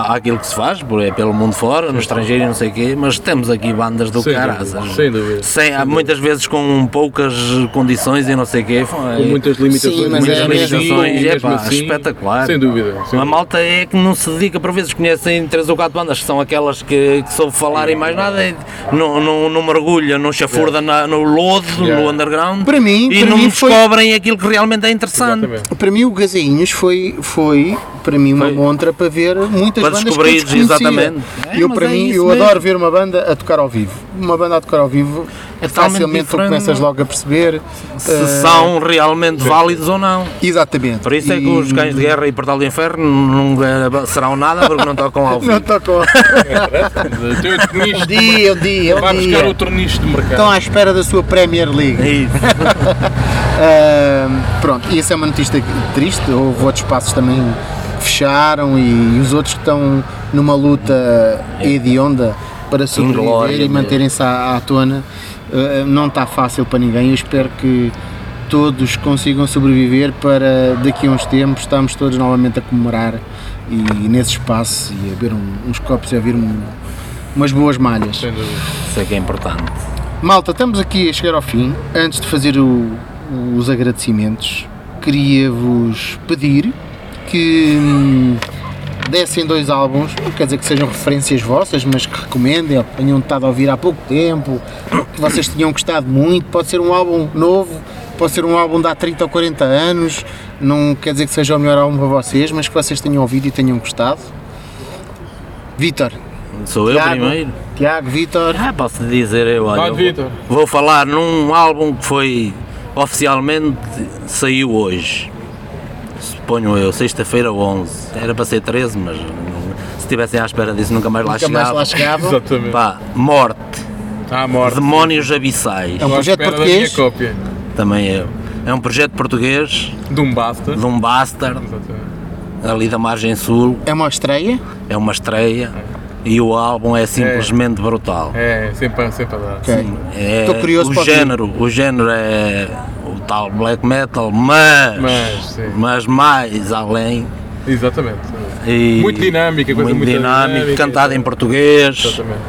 Speaker 3: à- àquilo que se faz, por- é pelo mundo fora, no estrangeiro e não sei o quê, mas temos aqui bandas do
Speaker 2: Sem dúvida,
Speaker 3: caraças. né?
Speaker 2: sem dúvida,
Speaker 3: Sem- há muitas vezes com poucas condições e não sei o quê. foi-
Speaker 2: Com muitas limitações.
Speaker 1: Sim, mas
Speaker 3: muitas
Speaker 1: é mesmo
Speaker 3: limitações, é
Speaker 2: mesmo
Speaker 3: pá,
Speaker 2: assim,
Speaker 3: espetacular.
Speaker 2: Sem dúvida. sem
Speaker 3: Uma
Speaker 2: dúvida.
Speaker 3: malta é que não se dedica, por vezes conhecem três ou quatro bandas, que são aquelas que, que soube falar e mais nada, e não, não, não mergulha, não chafurda na- no lodo,
Speaker 2: Yeah.
Speaker 3: no underground,
Speaker 1: Para mim-
Speaker 3: e
Speaker 1: para
Speaker 3: não
Speaker 1: mim foi-
Speaker 3: descobrem aquilo que realmente é interessante.
Speaker 2: Exatamente.
Speaker 1: Para mim, o Gazinhos foi, foi para mim, uma
Speaker 3: Foi.
Speaker 1: montra para ver muitas
Speaker 3: Para
Speaker 1: bandas que eu
Speaker 3: descobrir,
Speaker 1: desconhecia.
Speaker 3: exatamente. É,
Speaker 1: eu,
Speaker 3: mas
Speaker 1: para
Speaker 3: é
Speaker 1: mim,
Speaker 3: isso
Speaker 1: eu
Speaker 3: mesmo.
Speaker 1: adoro ver uma banda a tocar ao vivo. Uma banda a tocar ao vivo,
Speaker 3: É totalmente
Speaker 1: facilmente tu
Speaker 3: diferente,
Speaker 1: começas
Speaker 3: não? é?
Speaker 1: logo a perceber.
Speaker 3: Se
Speaker 1: eh,
Speaker 3: são realmente válidos ou não.
Speaker 1: Exatamente.
Speaker 3: Por isso é que
Speaker 1: E-
Speaker 3: os cães de guerra e Portal do Inferno nunca serão nada porque não tocam ao
Speaker 1: Não
Speaker 3: vivo.
Speaker 1: tocou.
Speaker 2: Tem outro
Speaker 1: um
Speaker 2: nicho.
Speaker 1: dia, um dia, um
Speaker 2: Vai
Speaker 1: dia.
Speaker 2: buscar outro nicho de
Speaker 1: Estão
Speaker 2: mercado.
Speaker 1: à espera da sua Premier League.
Speaker 3: É isso.
Speaker 1: Ahm, pronto, e essa é uma notícia triste. Houve outros espaços também fecharam e os outros que estão numa luta hedionda para
Speaker 3: Inglória
Speaker 1: sobreviver e
Speaker 3: mesmo.
Speaker 1: manterem-se à, à tona. Ah, não está fácil para ninguém. Eu espero que todos consigam sobreviver para daqui a uns tempos estarmos todos novamente a comemorar e nesse espaço e a ver um- uns copos e a ver um- umas boas malhas.
Speaker 2: Sem dúvida.
Speaker 3: Isso é que é importante.
Speaker 1: Malta, estamos aqui a chegar ao fim. Antes de fazer o- os agradecimentos, queria-vos pedir que hum, dessem dois álbuns, não quer dizer que sejam referências vossas, mas que recomendem, ou que tenham estado a ouvir há pouco tempo, ou que vocês tinham gostado muito. Pode ser um álbum novo, pode ser um álbum de há 30 ou 40 anos, não quer dizer que seja o melhor álbum para vocês, mas que vocês tenham ouvido e tenham gostado. Vitor,
Speaker 3: Sou eu
Speaker 1: Tiago,
Speaker 3: primeiro.
Speaker 1: Tiago, Vitor.
Speaker 3: Ah, posso dizer eu, olha,
Speaker 2: Vai,
Speaker 3: eu
Speaker 2: Vitor.
Speaker 3: vou, vou falar num álbum que foi oficialmente saiu hoje. Suponho eu, sexta-feira 11. Era para ser 13, mas não- se estivessem à espera disso nunca mais lá
Speaker 1: Nunca mais
Speaker 3: chegava.
Speaker 1: lá chegavam.
Speaker 2: Exatamente.
Speaker 3: Pá, morte,
Speaker 2: Está à morte.
Speaker 3: Demónios Abissais,
Speaker 1: É um
Speaker 2: Estou à
Speaker 1: projeto
Speaker 2: espera da
Speaker 1: português.
Speaker 2: minha cópia.
Speaker 3: também eu. É um projeto português
Speaker 2: De um basta.
Speaker 3: de um bastard
Speaker 2: Exatamente.
Speaker 3: ali da margem sul,
Speaker 1: É uma estreia?
Speaker 3: é uma estreia e o álbum é simplesmente brutal.
Speaker 2: É, sempre, a- sempre a dar.
Speaker 1: Ok.
Speaker 3: É,
Speaker 1: Estou curioso
Speaker 3: o
Speaker 1: para ouvir.
Speaker 3: género, o género é o tal black metal, mas
Speaker 2: Mas, sim.
Speaker 3: mas mais além
Speaker 2: Exatamente.
Speaker 3: e
Speaker 2: Muito dinâmica, coisa
Speaker 3: muito
Speaker 2: muito
Speaker 3: dinâmico,
Speaker 2: dinâmica,
Speaker 3: cantado em português,
Speaker 2: Exatamente.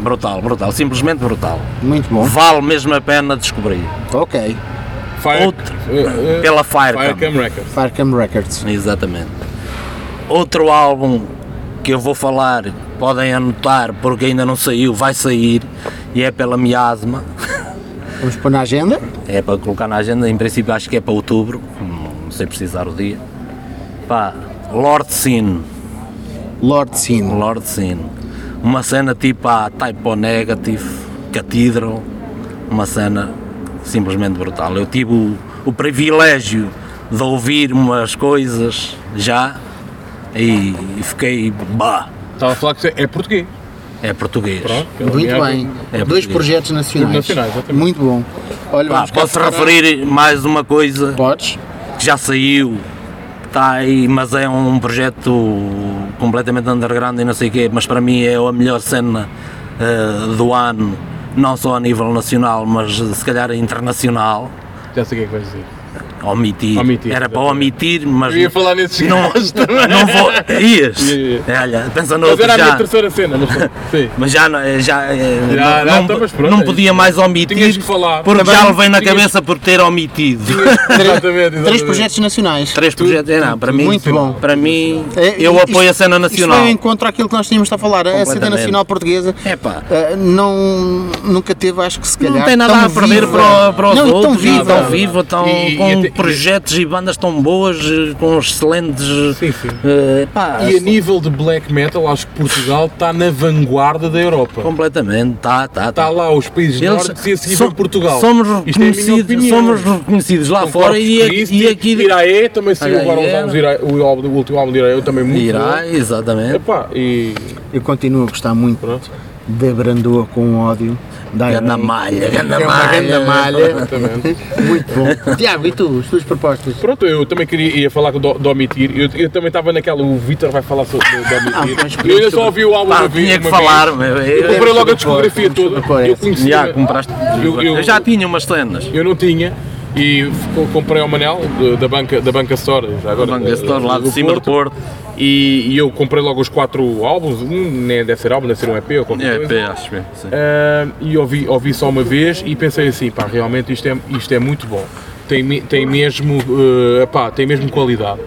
Speaker 3: brutal, brutal, simplesmente brutal.
Speaker 1: Muito bom.
Speaker 3: Vale mesmo a pena descobrir.
Speaker 1: Ok.
Speaker 2: Fire,
Speaker 3: Outro,
Speaker 2: eh, eh,
Speaker 3: pela Firecam.
Speaker 2: Firecam Records.
Speaker 1: Farcam Records.
Speaker 3: Exatamente. Outro álbum que eu vou falar, podem anotar porque ainda não saiu, vai sair e é pela Miasma.
Speaker 1: Vamos pôr na agenda.
Speaker 3: É para colocar na agenda, em princípio acho que é para outubro, não sei precisar o dia. Pá, Lord Sin,
Speaker 1: Lord Sin.
Speaker 3: Lord Sin. Uma cena tipo a Typo Negative, Cathedral, uma cena simplesmente brutal. Eu tive o, o privilégio de ouvir umas coisas já e, e fiquei, bah,
Speaker 2: Estava a falar que é português.
Speaker 3: é português.
Speaker 2: Pronto.
Speaker 1: Muito
Speaker 2: Aliás,
Speaker 1: bem.
Speaker 3: é
Speaker 1: Dois
Speaker 3: português.
Speaker 1: projetos nacionais.
Speaker 2: Nacionais, exatamente.
Speaker 1: Muito bom. Olha,
Speaker 3: Pá,
Speaker 1: vamos cá
Speaker 3: posso
Speaker 1: separar-
Speaker 3: referir mais uma coisa
Speaker 1: Podes.
Speaker 3: que já saiu, está aí, mas é um projeto completamente underground e não sei o quê, mas para mim é a melhor cena eh, do ano, não só a nível nacional, mas eh, se calhar internacional.
Speaker 2: Já sei o que é que vais dizer.
Speaker 3: Omitir.
Speaker 2: Omitir,
Speaker 3: Era para
Speaker 2: exatamente.
Speaker 3: omitir, mas.
Speaker 2: Eu ia falar nesses
Speaker 3: não,
Speaker 2: gajos também.
Speaker 3: não vou. Ias!
Speaker 2: Ia, ia.
Speaker 3: Olha, pensa no
Speaker 2: Mas
Speaker 3: outro
Speaker 2: era a minha
Speaker 3: já.
Speaker 2: terceira cena, mas sim.
Speaker 3: Mas já, não- já, eh,
Speaker 2: Já,
Speaker 3: não,
Speaker 2: já,
Speaker 3: não-
Speaker 2: então, mas pronto,
Speaker 3: não
Speaker 2: é
Speaker 3: podia mais
Speaker 2: Tinhas
Speaker 3: omitir
Speaker 2: que falar.
Speaker 3: porque
Speaker 2: Também
Speaker 3: já levei na
Speaker 2: tinhas-
Speaker 3: cabeça por ter omitido.
Speaker 2: Exatamente, exatamente.
Speaker 1: Três projetos nacionais.
Speaker 3: Três projetos, é, não, para mim,
Speaker 1: muito bom.
Speaker 3: Para mim,
Speaker 1: É,
Speaker 3: eu
Speaker 1: isto-
Speaker 3: apoio a cena nacional.
Speaker 2: é
Speaker 1: Isto vai ao encontro àquilo que nós tínhamos a falar. A cena
Speaker 3: Completamente.
Speaker 1: nacional portuguesa
Speaker 3: Epá.
Speaker 1: eh, não, nunca teve, acho que se calhar.
Speaker 3: não tem nada
Speaker 1: tão
Speaker 3: a perder
Speaker 1: viva.
Speaker 3: para, para os
Speaker 1: não, e
Speaker 3: outros,
Speaker 1: Tão viva.
Speaker 3: tão viva, tão
Speaker 2: E- e
Speaker 3: com
Speaker 2: até-
Speaker 3: projetos e bandas tão boas, eh, com excelentes.
Speaker 2: Sim, sim.
Speaker 3: eh, pá,
Speaker 2: E a nível de black metal, acho que Portugal está na vanguarda da Europa.
Speaker 3: completamente, tá, tá, tá.
Speaker 2: Está lá os países
Speaker 3: Eles-
Speaker 2: nórdicos e a seguir
Speaker 3: so-
Speaker 2: vem Portugal.
Speaker 3: Somos
Speaker 2: Isto é a minha
Speaker 3: reconhecidos,
Speaker 2: opinião.
Speaker 3: somos reconhecidos lá
Speaker 2: Com
Speaker 3: fora
Speaker 2: Corpus
Speaker 3: e, a-
Speaker 2: Christi,
Speaker 3: e aqui.
Speaker 2: Iraê também saiu agora uns
Speaker 3: Iraê.
Speaker 2: álbuns, Iraê, o, álbum, o último álbum de Iraê também muito
Speaker 3: Irá,
Speaker 2: bom.
Speaker 3: exatamente.
Speaker 2: Epá, e
Speaker 1: Eu continuo a gostar muito
Speaker 2: pronto.
Speaker 1: da Brandoa com ódio. Da
Speaker 3: Ganda
Speaker 1: Irene.
Speaker 3: malha, ganda
Speaker 1: É uma
Speaker 3: malha.
Speaker 1: grande malha.
Speaker 2: Exatamente.
Speaker 1: Muito bom. Tiago, e tu? As tuas propostas?
Speaker 2: Pronto, eu também queria ia falar com o Do- Domitir. Eu, eu também estava naquela, o Vitor vai falar sobre o Domitir.
Speaker 1: Ah, mas
Speaker 2: eu ainda só ouvi o álbum
Speaker 3: Pá,
Speaker 2: uma vez-
Speaker 3: tinha que
Speaker 2: uma vez.
Speaker 3: falar, meu.
Speaker 2: Eu comprei
Speaker 3: Eu,
Speaker 2: logo a discografia toda.
Speaker 1: Repara,
Speaker 2: Eu
Speaker 1: essa.
Speaker 2: conheci.
Speaker 3: Já, compraste.
Speaker 2: Eu- eu-
Speaker 3: Eu já tinha umas cenas.
Speaker 2: Eu não tinha e ficou- comprei ao Manel de- da banca, da banca Store, já agora.
Speaker 3: Banco
Speaker 2: da-
Speaker 3: desse todo lá de cima do Porto.
Speaker 2: E, e eu comprei logo os quatro álbuns, um nem deve ser álbum, deve ser um EP ou qualquer
Speaker 3: É,
Speaker 2: coisa.
Speaker 3: pé, acho que sim.
Speaker 2: Ah, e ouvi, ouvi só uma vez e pensei assim, pá, realmente isto é, isto é muito bom. Tem, me- tem, mesmo, eh, pá, tem mesmo qualidade.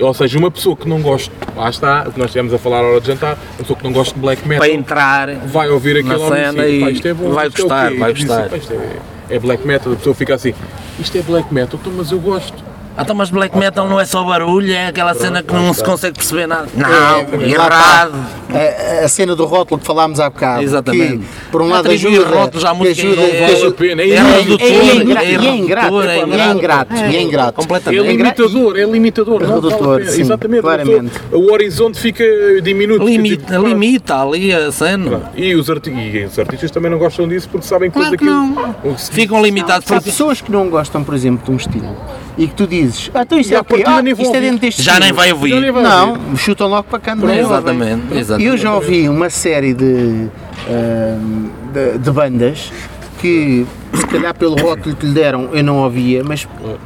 Speaker 2: Ou seja, uma pessoa que não gosta, lá está, o que nós estivemos a falar à hora de jantar, uma pessoa que não gosta de black metal,
Speaker 3: Para entrar,
Speaker 2: vai ouvir
Speaker 3: na
Speaker 2: aquele
Speaker 3: cena
Speaker 2: homicídio,
Speaker 3: e
Speaker 2: pá, isto é bom,
Speaker 3: vai
Speaker 2: isto é
Speaker 3: gostar,
Speaker 2: o quê?
Speaker 3: vai
Speaker 2: E disse,
Speaker 3: gostar.
Speaker 2: "Pá, isto é, é black metal, a pessoa fica assim, isto é black metal, então, mas eu gosto.
Speaker 3: Ah, Então, mas black metal não é só barulho, é aquela cena que não se consegue perceber nada.
Speaker 1: É,
Speaker 3: Não,
Speaker 1: lá
Speaker 3: errado.
Speaker 1: está. A, a cena do rótulo que falámos há bocado.
Speaker 3: Exatamente.
Speaker 1: que, por um lado
Speaker 3: Atribuir
Speaker 1: ajuda,
Speaker 3: rótulos à
Speaker 1: que
Speaker 3: música
Speaker 1: ajuda,
Speaker 3: é-
Speaker 1: que
Speaker 2: Vale a
Speaker 1: ajuda-
Speaker 2: pena,
Speaker 3: É
Speaker 1: E é
Speaker 3: redutora,
Speaker 1: ingra- e é ingrato,
Speaker 3: redutora,
Speaker 1: é pá, e é ingrato, e é ingrato.
Speaker 2: É
Speaker 3: Completamente.
Speaker 2: limitador, é limitador. não vale a
Speaker 1: Redutor,
Speaker 2: pena.
Speaker 1: sim,
Speaker 2: Exatamente,
Speaker 1: claramente.
Speaker 2: redutor. o horizonte fica diminuto.
Speaker 3: Limita,
Speaker 2: Quer dizer,
Speaker 3: limita ali a cena.
Speaker 2: E os, arti- e os artistas também não gostam disso porque sabem que
Speaker 1: Claro
Speaker 2: depois
Speaker 1: que
Speaker 2: aquilo. o- se-
Speaker 3: Ficam limitados
Speaker 1: Há
Speaker 3: porque
Speaker 1: pessoas que não gostam, por exemplo, de um estilo e que tu dizes, ah, então isto
Speaker 2: E
Speaker 1: é
Speaker 2: à
Speaker 1: o quê?
Speaker 2: partida
Speaker 1: Ah,
Speaker 2: nem vou
Speaker 1: isto é
Speaker 2: ouvir.
Speaker 1: dentro deste
Speaker 3: já nem
Speaker 1: estilo.
Speaker 3: vai
Speaker 2: Já nem
Speaker 3: ouvir.
Speaker 2: vai ouvir.
Speaker 1: Não, chutam logo para cá não é?
Speaker 3: Exatamente, exatamente.
Speaker 1: Eu já ouvi uma série de, ahm, de, de bandas que, se calhar pelo rótulo que lhe deram, eu não ouvia, mas
Speaker 3: É.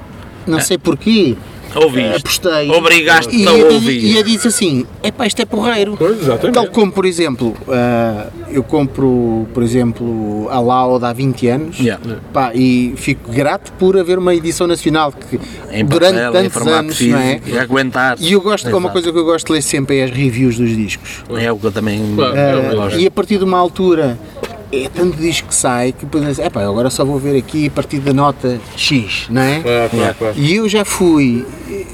Speaker 1: não sei porquê,
Speaker 3: Ouviste.
Speaker 1: apostei.
Speaker 3: Obrigaste-te
Speaker 1: e
Speaker 3: a
Speaker 1: ele- E
Speaker 3: ouvir.
Speaker 1: ele disse assim: epá, isto é porreiro.
Speaker 2: Pois, exatamente.
Speaker 3: Então,
Speaker 1: Tal como, por exemplo, ah, eu compro, por exemplo, a Lauda há 20 anos
Speaker 3: Yeah.
Speaker 1: pá, e fico grato por haver uma edição nacional que
Speaker 3: Em
Speaker 1: É, durante
Speaker 3: papel, em
Speaker 1: tantos
Speaker 3: formato
Speaker 1: anos,
Speaker 3: físico,
Speaker 1: não é?
Speaker 3: e aguentar.
Speaker 1: E eu gosto, uma
Speaker 3: Exato.
Speaker 1: coisa que eu gosto de ler sempre é as reviews dos discos. Ah,
Speaker 3: É o que eu também
Speaker 2: Claro, é o
Speaker 3: eu
Speaker 2: que eu
Speaker 3: gosto.
Speaker 1: E a partir de uma altura é tanto disco que sai que depois é pá, agora só vou ver aqui a partir da nota X, não é?
Speaker 2: Claro, claro, claro.
Speaker 1: E eu já fui,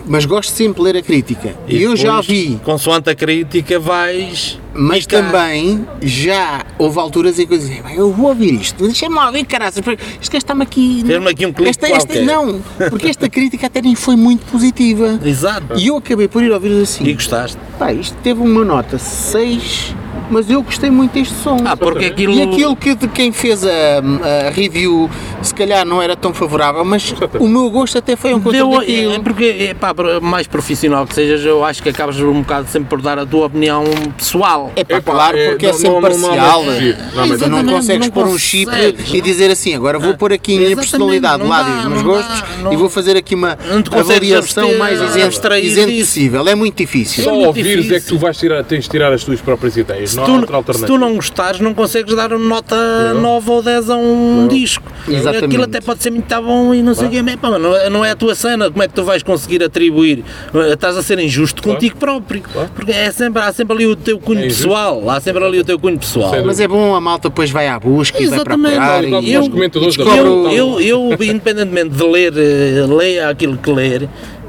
Speaker 1: mas gosto sempre de ler a crítica. E, eu já
Speaker 3: depois,
Speaker 1: vi,
Speaker 3: Consoante a crítica, vais.
Speaker 1: mas
Speaker 3: picar.
Speaker 1: também já houve alturas em que eu dizia, "Bem, eu vou ouvir isto, deixa-me lá ouvir, caraças, porque este gajo está-me aqui.
Speaker 3: Temos aqui um clique
Speaker 1: Esta- esta-
Speaker 3: qualquer.
Speaker 1: Não, porque esta crítica até nem foi muito positiva.
Speaker 3: Exato.
Speaker 1: E eu acabei por ir ouvir assim.
Speaker 3: E gostaste. Ah,
Speaker 1: Pá, isto teve uma nota 6, mas eu gostei muito deste som.
Speaker 3: Ah, porque aquilo.
Speaker 1: E aquilo que de quem fez a, a review se calhar não era tão favorável, mas o meu gosto até foi um
Speaker 3: Deu-
Speaker 1: contra
Speaker 3: é
Speaker 1: daquilo.
Speaker 3: porque, é, pá, por mais profissional que sejas, eu acho que acabas um bocado sempre por dar a tua opinião pessoal.
Speaker 1: É pá,
Speaker 2: Epá,
Speaker 1: claro,
Speaker 2: é,
Speaker 1: porque é
Speaker 2: não-
Speaker 1: sempre
Speaker 2: não- não há
Speaker 1: parcial. né?
Speaker 2: mais que dizer. Não há mais
Speaker 1: Mas
Speaker 2: que
Speaker 1: não
Speaker 3: dizer.
Speaker 1: consegues
Speaker 3: Não
Speaker 1: pôr um chip
Speaker 3: consegues,
Speaker 1: e
Speaker 3: não.
Speaker 1: dizer assim, agora vou pôr aqui a minha
Speaker 3: Exatamente,
Speaker 1: personalidade do
Speaker 3: não
Speaker 1: lado
Speaker 3: dá,
Speaker 1: e os meus
Speaker 3: não dá,
Speaker 1: gostos
Speaker 3: não-
Speaker 1: e vou fazer aqui uma
Speaker 3: Não te consegues
Speaker 1: avaliação
Speaker 3: abster-
Speaker 1: mais isente,
Speaker 3: abstrair
Speaker 1: isente
Speaker 3: disso.
Speaker 1: possível. É muito difícil.
Speaker 2: Só
Speaker 3: muito
Speaker 2: ouvires é que
Speaker 3: difícil.
Speaker 2: tu vais tirar, tens de tirar as tuas próprias ideias,
Speaker 3: Se
Speaker 2: não há
Speaker 3: tu,
Speaker 2: outra
Speaker 3: se
Speaker 2: alternativa.
Speaker 3: tu não gostares, não consegues dar uma nota 9 ou 10 a um disco.
Speaker 1: Exatamente.
Speaker 3: Aquilo até pode ser muito tá bom e não sei o quê, mas, pá, não, é- não é a tua cena. Como é que tu vais conseguir atribuir? Eh, Estás a ser injusto contigo próprio. Porque é sempre, há sempre ali o teu cunho
Speaker 2: É injusto.
Speaker 3: pessoal. Há sempre ali o teu cunho pessoal.
Speaker 2: Sem
Speaker 1: Mas é bom, a malta depois vai à busca e vai
Speaker 3: Exatamente.
Speaker 1: procurar.
Speaker 2: Igual
Speaker 1: e-
Speaker 2: como os comentadores da
Speaker 1: descobre o-
Speaker 2: Fórmula um.
Speaker 3: Eu, eu, independentemente de ler, eh, leia aquilo que ler,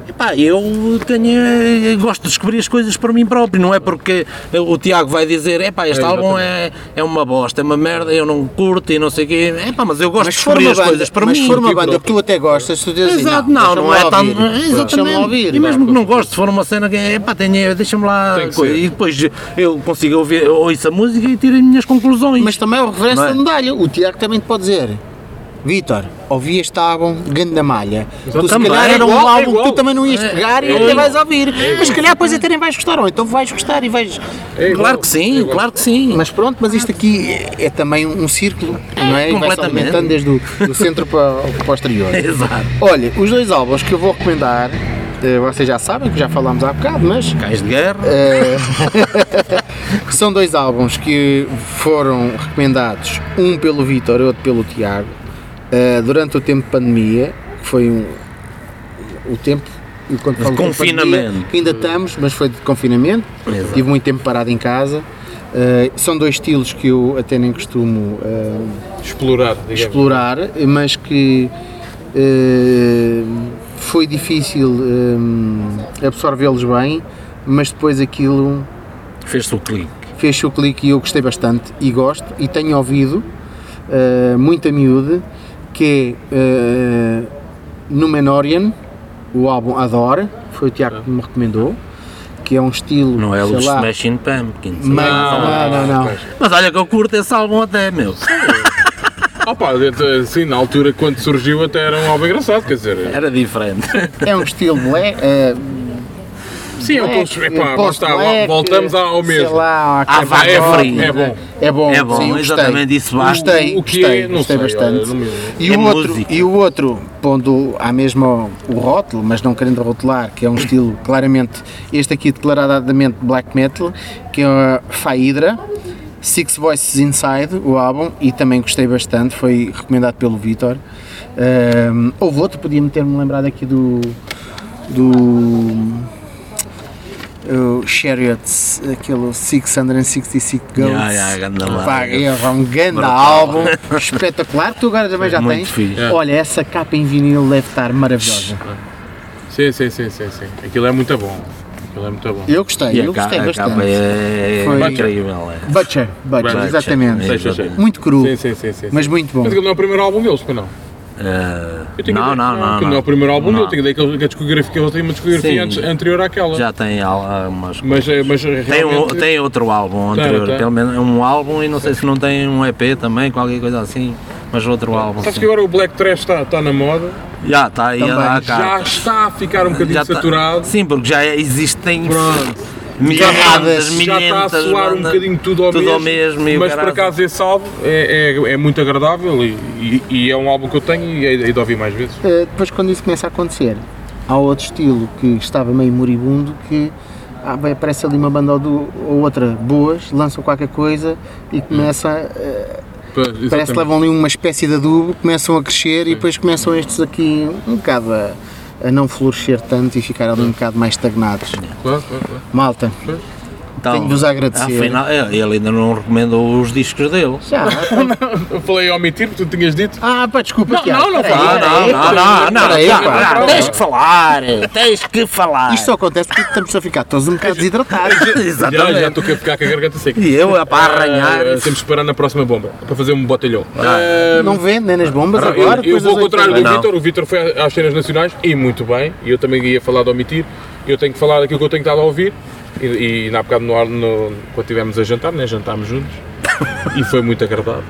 Speaker 3: epá, eu tenho, eh, gosto de descobrir as coisas por mim próprio, não é porque o Tiago vai dizer, epá, este
Speaker 2: É,
Speaker 3: álbum é, é uma bosta, é uma merda, eu não curto e não sei o quê, epá, mas eu gosto
Speaker 1: Mas
Speaker 3: de
Speaker 1: se for
Speaker 3: descobrir
Speaker 1: uma
Speaker 3: as
Speaker 1: banda,
Speaker 3: coisas por
Speaker 1: mas
Speaker 3: mim. Tipo,
Speaker 1: se for uma
Speaker 2: Tipo,
Speaker 1: banda que tu até gostas, tu dizes assim,
Speaker 3: Exato, não, não, é tão.
Speaker 1: Deixa-me
Speaker 3: Exatamente.
Speaker 1: ouvir. é?
Speaker 3: e mesmo que não gosto, se for uma cena que é pá, tenho- deixa-me lá.
Speaker 2: Tem que
Speaker 3: coisa,
Speaker 2: ser.
Speaker 3: e depois eu consigo ouvir, ouço a música e tiro as minhas conclusões.
Speaker 1: Mas também é o reverso
Speaker 3: Não é?
Speaker 1: da medalha. O Tiago também te pode dizer. Vitor, ouvi este álbum Ganda Malha. Tu se
Speaker 3: Também,
Speaker 1: calhar era um
Speaker 2: é igual,
Speaker 1: álbum
Speaker 2: é igual.
Speaker 1: que tu também não ias
Speaker 3: É,
Speaker 1: pegar e
Speaker 3: é
Speaker 1: até
Speaker 3: igual.
Speaker 1: vais ouvir. mas se calhar depois até nem vais gostar, ou então vais gostar e vais.
Speaker 2: É igual,
Speaker 3: claro que
Speaker 2: é
Speaker 3: sim,
Speaker 2: igual.
Speaker 3: claro que sim.
Speaker 1: Mas pronto, mas isto aqui é, é também um um círculo, não é? E vai-se
Speaker 3: completamente.
Speaker 1: alimentando desde o do centro para, o- para o exterior.
Speaker 3: Exato.
Speaker 1: Olha, os dois álbuns que eu vou recomendar, eh, vocês já sabem que já falámos há bocado, mas
Speaker 3: Cais de guerra.
Speaker 1: que são dois álbuns que foram recomendados, um pelo Vitor e outro pelo Tiago, eh, durante o tempo de pandemia, que foi um, o tempo. e quando falo tempo de
Speaker 3: confinamento.
Speaker 1: pandemia, que ainda estamos, mas foi de confinamento.
Speaker 3: Exato.
Speaker 1: Tive muito tempo parado em casa. Eh, são dois estilos que eu até nem costumo eh,
Speaker 2: Explorar, digamos.
Speaker 1: explorar, mas que eh, foi difícil hum, absorvê-los bem, mas depois aquilo
Speaker 3: Fez-se o clique.
Speaker 1: fez o clique e eu gostei bastante e gosto e tenho ouvido uh, muita miúde que é uh, Numenorian, o álbum Adore, foi o Tiago que me recomendou, que é um estilo,
Speaker 3: Não é
Speaker 1: sei
Speaker 3: o
Speaker 1: lá,
Speaker 3: Smashing Pumpkins.
Speaker 1: meio-
Speaker 2: Não,
Speaker 1: não, não, não.
Speaker 3: Mas olha que eu curto esse álbum até, meu.
Speaker 2: Opa, assim, na altura quando surgiu até era um álbum engraçado, quer dizer.
Speaker 3: Era diferente.
Speaker 1: É um estilo blé, uh,
Speaker 2: Sim, é um
Speaker 1: black,
Speaker 2: post, epá,
Speaker 1: post
Speaker 2: lá está, lá-
Speaker 1: black,
Speaker 2: voltamos ao
Speaker 1: é sei
Speaker 2: mesmo.
Speaker 1: Lá,
Speaker 3: À
Speaker 1: aquela
Speaker 3: vaca
Speaker 1: rock,
Speaker 3: fria.
Speaker 1: É bom, é bom,
Speaker 3: É bom,
Speaker 1: sim, gostei.
Speaker 3: exatamente, isso basta.
Speaker 1: Gostei,
Speaker 2: O que é,
Speaker 1: gostei,
Speaker 2: não
Speaker 1: gostei
Speaker 2: sei,
Speaker 1: bastante.
Speaker 2: olha, não me-
Speaker 1: e,
Speaker 3: É
Speaker 1: o outro,
Speaker 3: música.
Speaker 1: e o outro, pondo à mesma o rótulo, mas não querendo rotular, que é um estilo claramente, este aqui declaradamente black metal, que é a Faidra. Six Voices Inside, o álbum, e também gostei bastante, foi recomendado pelo Vitor. Ahm, houve outro, podia-me ter-me lembrado aqui do. do o Chariots, aquele 666 Goats.
Speaker 3: Ya, ya, ganda
Speaker 1: Pá,
Speaker 3: larga.
Speaker 1: é um grande
Speaker 3: Brutal. É
Speaker 1: álbum, espetacular. Tu agora também já
Speaker 3: Muito
Speaker 1: tens.
Speaker 3: fixe.
Speaker 2: É.
Speaker 1: Olha, essa capa em vinil deve estar maravilhosa.
Speaker 2: Sim, sim, sim, sim, sim. Aquilo é muito bom. Aquilo é muito bom.
Speaker 1: Eu gostei,
Speaker 3: E
Speaker 1: eu
Speaker 3: a ca-
Speaker 1: gostei
Speaker 3: a
Speaker 1: bastante.
Speaker 3: capa é
Speaker 1: Foi-
Speaker 3: incrível.
Speaker 1: Butcher,
Speaker 3: é.
Speaker 1: Butcher,
Speaker 2: Butcher,
Speaker 1: exatamente.
Speaker 2: Sei, sei, sei.
Speaker 1: Muito cru,
Speaker 2: Sim, sim, sim, sim.
Speaker 1: mas
Speaker 2: sim.
Speaker 1: muito bom.
Speaker 2: Mas aquilo não é o primeiro álbum deles, pois não?
Speaker 3: Eh,
Speaker 2: Eu tenho
Speaker 3: não,
Speaker 2: ideia-
Speaker 3: não, não,
Speaker 2: aquilo não. é o primeiro álbum
Speaker 3: Não.
Speaker 2: deles, tenho ideia que eles- que a discografia, eles têm uma
Speaker 3: Sim.
Speaker 2: discografia antes- anterior àquela.
Speaker 3: Já tem algumas
Speaker 2: Mas, eh, mas
Speaker 3: Tem, um-
Speaker 2: realmente-
Speaker 3: tem outro álbum
Speaker 2: Tem,
Speaker 3: anterior,
Speaker 2: tem.
Speaker 3: pelo menos é um álbum e não sei se não tem um EP também, qualquer coisa assim, mas outro álbum.
Speaker 2: eh, Sabes
Speaker 3: sim.
Speaker 2: que agora o Black Trash está está na moda,
Speaker 3: Já está aí a
Speaker 1: Também.
Speaker 3: dar a
Speaker 2: já
Speaker 3: cara.
Speaker 2: está a ficar um bocadinho
Speaker 3: está-
Speaker 2: saturado.
Speaker 3: tá- Sim, porque já existem
Speaker 2: Pronto.
Speaker 3: milhares,
Speaker 1: Já-
Speaker 2: já está a soar
Speaker 3: milhentas
Speaker 2: um
Speaker 3: bandas,
Speaker 2: bocadinho tudo ao mesmo,
Speaker 3: e o
Speaker 2: mas por
Speaker 3: caralho.
Speaker 2: acaso esse álbum é, é, é muito agradável e, e- e é um álbum que eu tenho e hei hei de ouvir mais vezes.
Speaker 1: Uh, depois quando isso começa a acontecer, há outro estilo que estava meio moribundo que ah, bem, aparece ali uma banda ou, du- ou outra boas, lançam qualquer coisa e começa, uh, parece que levam ali uma espécie de adubo, começam a crescer e depois começam estes aqui um bocado a, a não florescer tanto e ficar ali um bocado mais estagnados.
Speaker 2: Claro, claro, claro.
Speaker 1: Malta,
Speaker 3: Então,
Speaker 1: tenho de vos agradecer.
Speaker 3: Afinal, é, ele ele ainda não recomendou os discos dele.
Speaker 1: já.
Speaker 2: Eu falei a omitir porque tu tinhas dito.
Speaker 1: Ah, pá, desculpa,
Speaker 2: Não,
Speaker 1: Tiago,
Speaker 2: não, não
Speaker 1: peraí,
Speaker 2: fala,
Speaker 3: Ah,
Speaker 1: peraí,
Speaker 3: não, não,
Speaker 1: peraí,
Speaker 3: não, não,
Speaker 1: peraí,
Speaker 3: já,
Speaker 1: pá.
Speaker 3: já, tens que falar, tens que falar.
Speaker 1: Isto só acontece porque estamos a ficar todos um bocado desidratados.
Speaker 2: Já, já
Speaker 3: é Exatamente.
Speaker 2: estou aqui a ficar com a garganta seca.
Speaker 3: E eu, é para arranhar. Ah,
Speaker 2: Ah, temos que esperar na próxima bomba para fazer um botelhão.
Speaker 1: Não vendem nas bombas
Speaker 2: Ah,
Speaker 1: agora?
Speaker 2: eu, eu
Speaker 1: depois
Speaker 2: vou ao
Speaker 1: das oito da
Speaker 2: contrário do
Speaker 3: Não.
Speaker 2: Vitor, o Vitor foi às cenas nacionais e muito bem, e eu também ia falar de omitir, eu tenho que falar daquilo que eu tenho estado a ouvir, e, e na bocado no ar, no- quando estivemos a jantar, né, jantámos juntos, e foi muito agradável.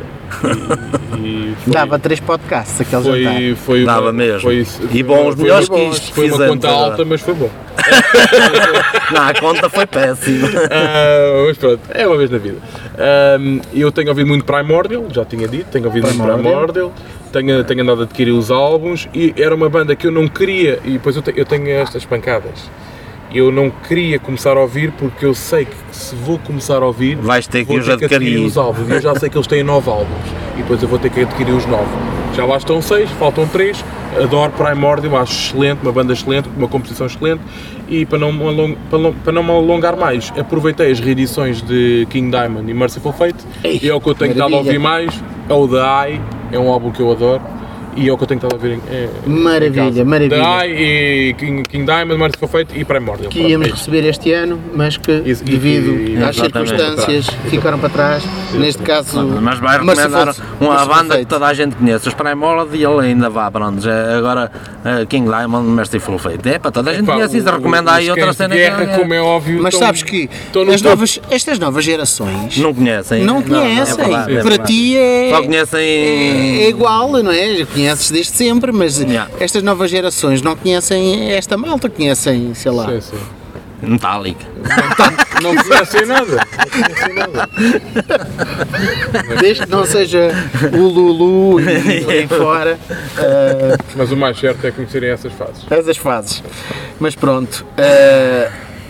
Speaker 2: E, e foi,
Speaker 1: Dava três podcasts aquele jantar.
Speaker 2: foi, foi uma-
Speaker 3: Dava mesmo.
Speaker 2: foi isso.
Speaker 3: E bons,
Speaker 2: Foi-
Speaker 3: melhores
Speaker 2: foi
Speaker 3: que
Speaker 2: bons.
Speaker 3: isto que
Speaker 2: Foi uma
Speaker 3: fizemos é
Speaker 2: conta
Speaker 3: agora.
Speaker 2: alta, mas foi bom.
Speaker 3: Não, a conta foi péssima.
Speaker 2: Ah, mas pronto, é uma vez na vida. Ahm, eu tenho ouvido muito Primordial, já tinha dito, tenho ouvido muito Primordial, tenho, tenho andado a adquirir os álbuns e era uma banda que eu não queria, e depois eu, te- eu tenho estas pancadas. Eu não queria começar a ouvir porque eu sei que se vou começar a ouvir,
Speaker 3: Vais ter que
Speaker 2: vou
Speaker 3: os adquirir.
Speaker 2: os álbuns. E eu já sei que eles têm nove álbuns e depois eu vou ter que adquirir os nove. Já lá estão seis, faltam três. Adoro Primordial, acho excelente, uma banda excelente, uma composição excelente. E para não, me along- para não, para não me alongar mais, aproveitei as reedições de King Diamond e Merciful Fate.
Speaker 1: Ei,
Speaker 2: e é o que eu tenho estado a
Speaker 1: maravilha.
Speaker 2: ouvir mais. É o The Eye, é um álbum que eu adoro. E é o que eu tenho estado a ouvir em, é,
Speaker 1: Maravilha,
Speaker 2: em casa.
Speaker 1: maravilha.
Speaker 2: The Eye, e King, King Diamond, Merciful Fate e Primordial.
Speaker 1: Que
Speaker 2: Pronto,
Speaker 1: íamos
Speaker 2: é isto.
Speaker 1: receber este ano, mas que
Speaker 2: Isso, e-
Speaker 1: devido
Speaker 2: e-
Speaker 1: às
Speaker 3: exatamente.
Speaker 1: circunstâncias ficaram para trás. Neste caso,
Speaker 3: Mas vai
Speaker 1: Merciful-
Speaker 3: recomendar uma
Speaker 1: Merciful
Speaker 3: banda que tá-
Speaker 1: Fate.
Speaker 3: toda a gente conhece, os Primordial, e ele ainda vá, pronto, já- agora eh, King Diamond, Merciful Fate. É, para toda a gente
Speaker 2: Pá,
Speaker 3: conhece isso,
Speaker 2: o-
Speaker 3: recomenda
Speaker 2: os
Speaker 3: aí outra
Speaker 2: cães de
Speaker 3: cena que
Speaker 2: guerra,
Speaker 3: não-
Speaker 2: como é óbvio.
Speaker 1: Mas
Speaker 2: estão-
Speaker 1: sabes que
Speaker 2: estão no
Speaker 1: as
Speaker 2: topo.
Speaker 1: novas, estas novas gerações
Speaker 3: não conhecem.
Speaker 1: não
Speaker 3: é?
Speaker 1: conhecem.
Speaker 3: é verdade, é
Speaker 1: para
Speaker 3: verdade.
Speaker 1: ti é.
Speaker 3: Só conhecem.
Speaker 1: É igual, não é? Já conheces desde sempre, mas
Speaker 3: Yeah.
Speaker 1: estas novas gerações não conhecem esta malta, conhecem, sei lá.
Speaker 2: Sim, sim.
Speaker 3: Metallica.
Speaker 2: Não conhecem nada.
Speaker 1: Desde que não seja o Lulu e por aí fora. ah,
Speaker 2: Mas o mais certo é conhecerem essas fases.
Speaker 1: Todas as fases. Mas pronto, eh,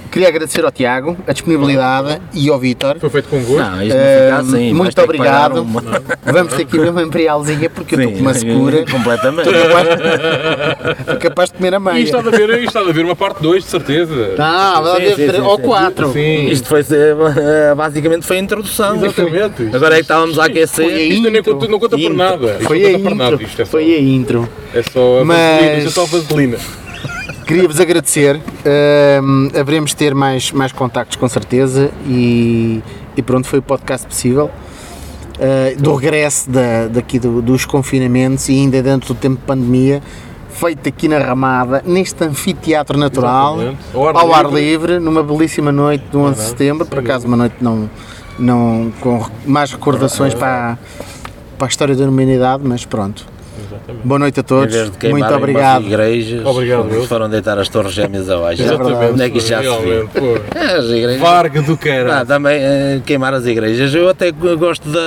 Speaker 1: queria agradecer ao Tiago a disponibilidade e ao Vítor.
Speaker 2: Foi feito com gosto.
Speaker 3: Não, isto não fica
Speaker 1: Eh,
Speaker 3: assim. vais
Speaker 1: muito
Speaker 3: ter que pagar
Speaker 1: obrigado.
Speaker 3: uma-
Speaker 1: Vamos ter aqui mesmo imperialzinha porque eu estou com uma
Speaker 3: Sim,
Speaker 1: secura.
Speaker 3: Completamente.
Speaker 1: Sou capaz de comer a
Speaker 2: E
Speaker 1: meia.
Speaker 2: isto há de haver, isto há de haver uma parte 2, de certeza.
Speaker 1: Não, vai
Speaker 3: é Sim,
Speaker 1: haver
Speaker 3: sim,
Speaker 1: três-
Speaker 3: sim,
Speaker 1: ou
Speaker 3: sim.
Speaker 1: quatro.
Speaker 2: Sim,
Speaker 3: Isto foi, eh, basicamente foi a introdução.
Speaker 2: exatamente. Isto,
Speaker 3: Agora é que estávamos a
Speaker 1: Foi
Speaker 3: aquecer.
Speaker 1: aí.
Speaker 2: isto nem
Speaker 1: Intro.
Speaker 2: conta, não conta por
Speaker 3: Intro.
Speaker 2: nada. Isto é
Speaker 1: Foi
Speaker 2: não
Speaker 1: a
Speaker 2: conta por nada.
Speaker 1: intro.
Speaker 2: Isto é só,
Speaker 1: Foi a intro.
Speaker 2: é só
Speaker 1: Mas-
Speaker 2: vaselina. Isto é só vaselina.
Speaker 1: Queria-vos agradecer. Ahm, haveremos de ter mais, mais contactos com certeza e, e pronto, foi o podcast possível. Ah, do regresso da, daqui do- dos confinamentos e ainda dentro do tempo de pandemia, feito aqui na Ramada, neste anfiteatro natural,
Speaker 2: Exatamente.
Speaker 1: ao ar, livre. numa belíssima noite do 11 de setembro, por acaso uma noite não, não, com re- mais recordações para, a- para a história da humanidade, mas pronto. Boa noite a
Speaker 3: Em
Speaker 1: todos,
Speaker 3: vez de
Speaker 1: muito
Speaker 3: queimarem umas
Speaker 1: obrigado.
Speaker 3: igrejas,
Speaker 2: Obrigado,
Speaker 3: foram-
Speaker 2: eu.
Speaker 3: foram deitar as torres gêmeas abaixo.
Speaker 1: verdade.
Speaker 3: Onde é que isto já se viu?
Speaker 2: Realmente, pô.
Speaker 3: É, As igrejas.
Speaker 2: Varga do
Speaker 3: Ah,
Speaker 2: cara.
Speaker 3: também eh, queimar as igrejas. Eu até gosto da,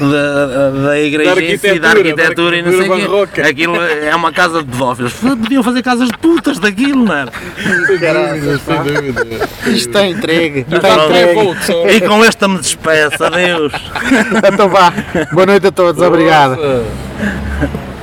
Speaker 3: da, da igreja
Speaker 2: Da
Speaker 3: em si,
Speaker 2: arquitetura,
Speaker 3: da arquitetura e não sei
Speaker 2: da
Speaker 3: o quê.
Speaker 2: arquitetura
Speaker 3: Aquilo é uma casa de pedófilos. F- Podiam fazer casas de putas daquilo, não é?
Speaker 2: Sem dúvida. Tá,
Speaker 1: Isto está entregue. Está
Speaker 3: Então,
Speaker 1: Tá entregue.
Speaker 2: Volto só.
Speaker 3: E com esta me despeço, adeus.
Speaker 1: Então vá. Boa noite a todos. Obrigado.
Speaker 2: Nossa.